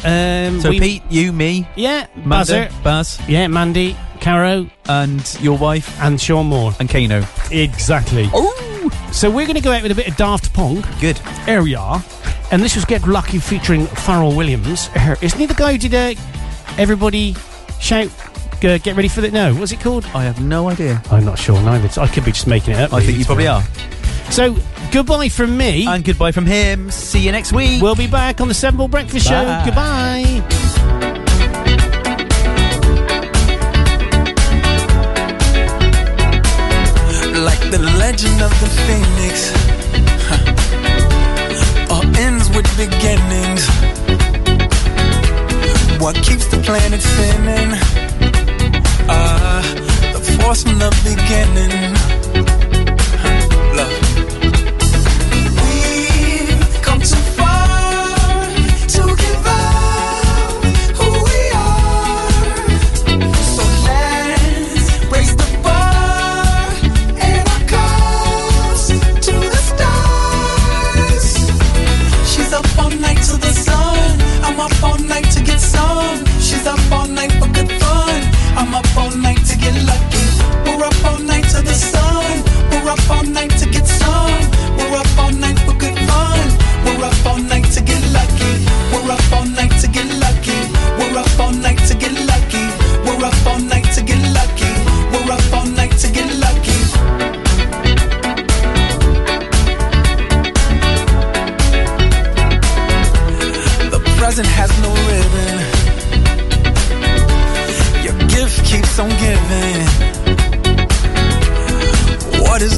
Um,
So
we-
Pete, you, me,
Yeah,
Mazza,
Buzzer.
Baz,
Yeah, Mandy, Caro,
and your wife
and Sean Moore.
and Kano.
Exactly.
Oh,
So we're going to go out with a bit of Daft Punk.
good.
Here we are. And this was Get Lucky featuring Pharrell [LAUGHS] Williams. Isn't he the guy who did uh, Everybody Shout, uh, Get Ready for the... No, what's it called?
I have no idea.
I'm not sure neither. So I could be just making it up.
I think you probably are.
So goodbye from me.
And goodbye from him. See you next week.
we'll be back on the Seven Ball Breakfast
Bye.
Show. Goodbye.
like the legend of the phoenix. Huh. All ends with beginnings. What keeps the planet spinning? Ah, the force from the beginning. Huh. Look. We've come too far to give up who we are. So let's raise the bar and our cups to the stars. She's up all night to the sun. I'm up all night to get some. She's up all night for good fun. I'm up all night to get lucky. We're up all night to the sun. We're up all night to get some. We're up all night for good fun. We're up all night to get lucky. We're up all night to get lucky. We're up all night to get lucky. We're up all night to get lucky. We're up all night to get lucky. The present has no ribbon. Your gift keeps on giving. What is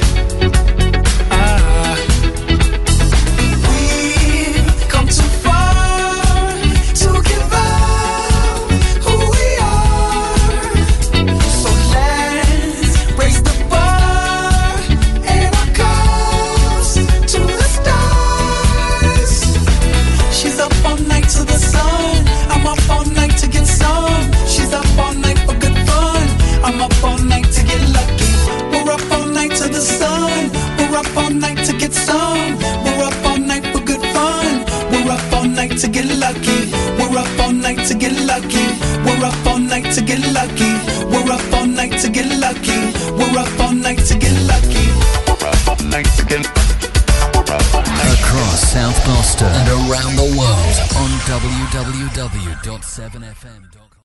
Ah. We've come too far to give up who we are. So let's raise the bar and our cups to the stars. She's up all night to the sun. I'm up all night to get some. She's up all night for good fun. I'm up all night to get lucky. We're up all night to the sun. We're up all night to get some. We're up all night for good fun. We're up all night to get lucky. We're up all night to get lucky. We're up all night to get lucky. We're up all night to get lucky. We're up all night to get lucky. We're up all night to get lucky.
Across South Gloucester and around the world. www.7fm.com.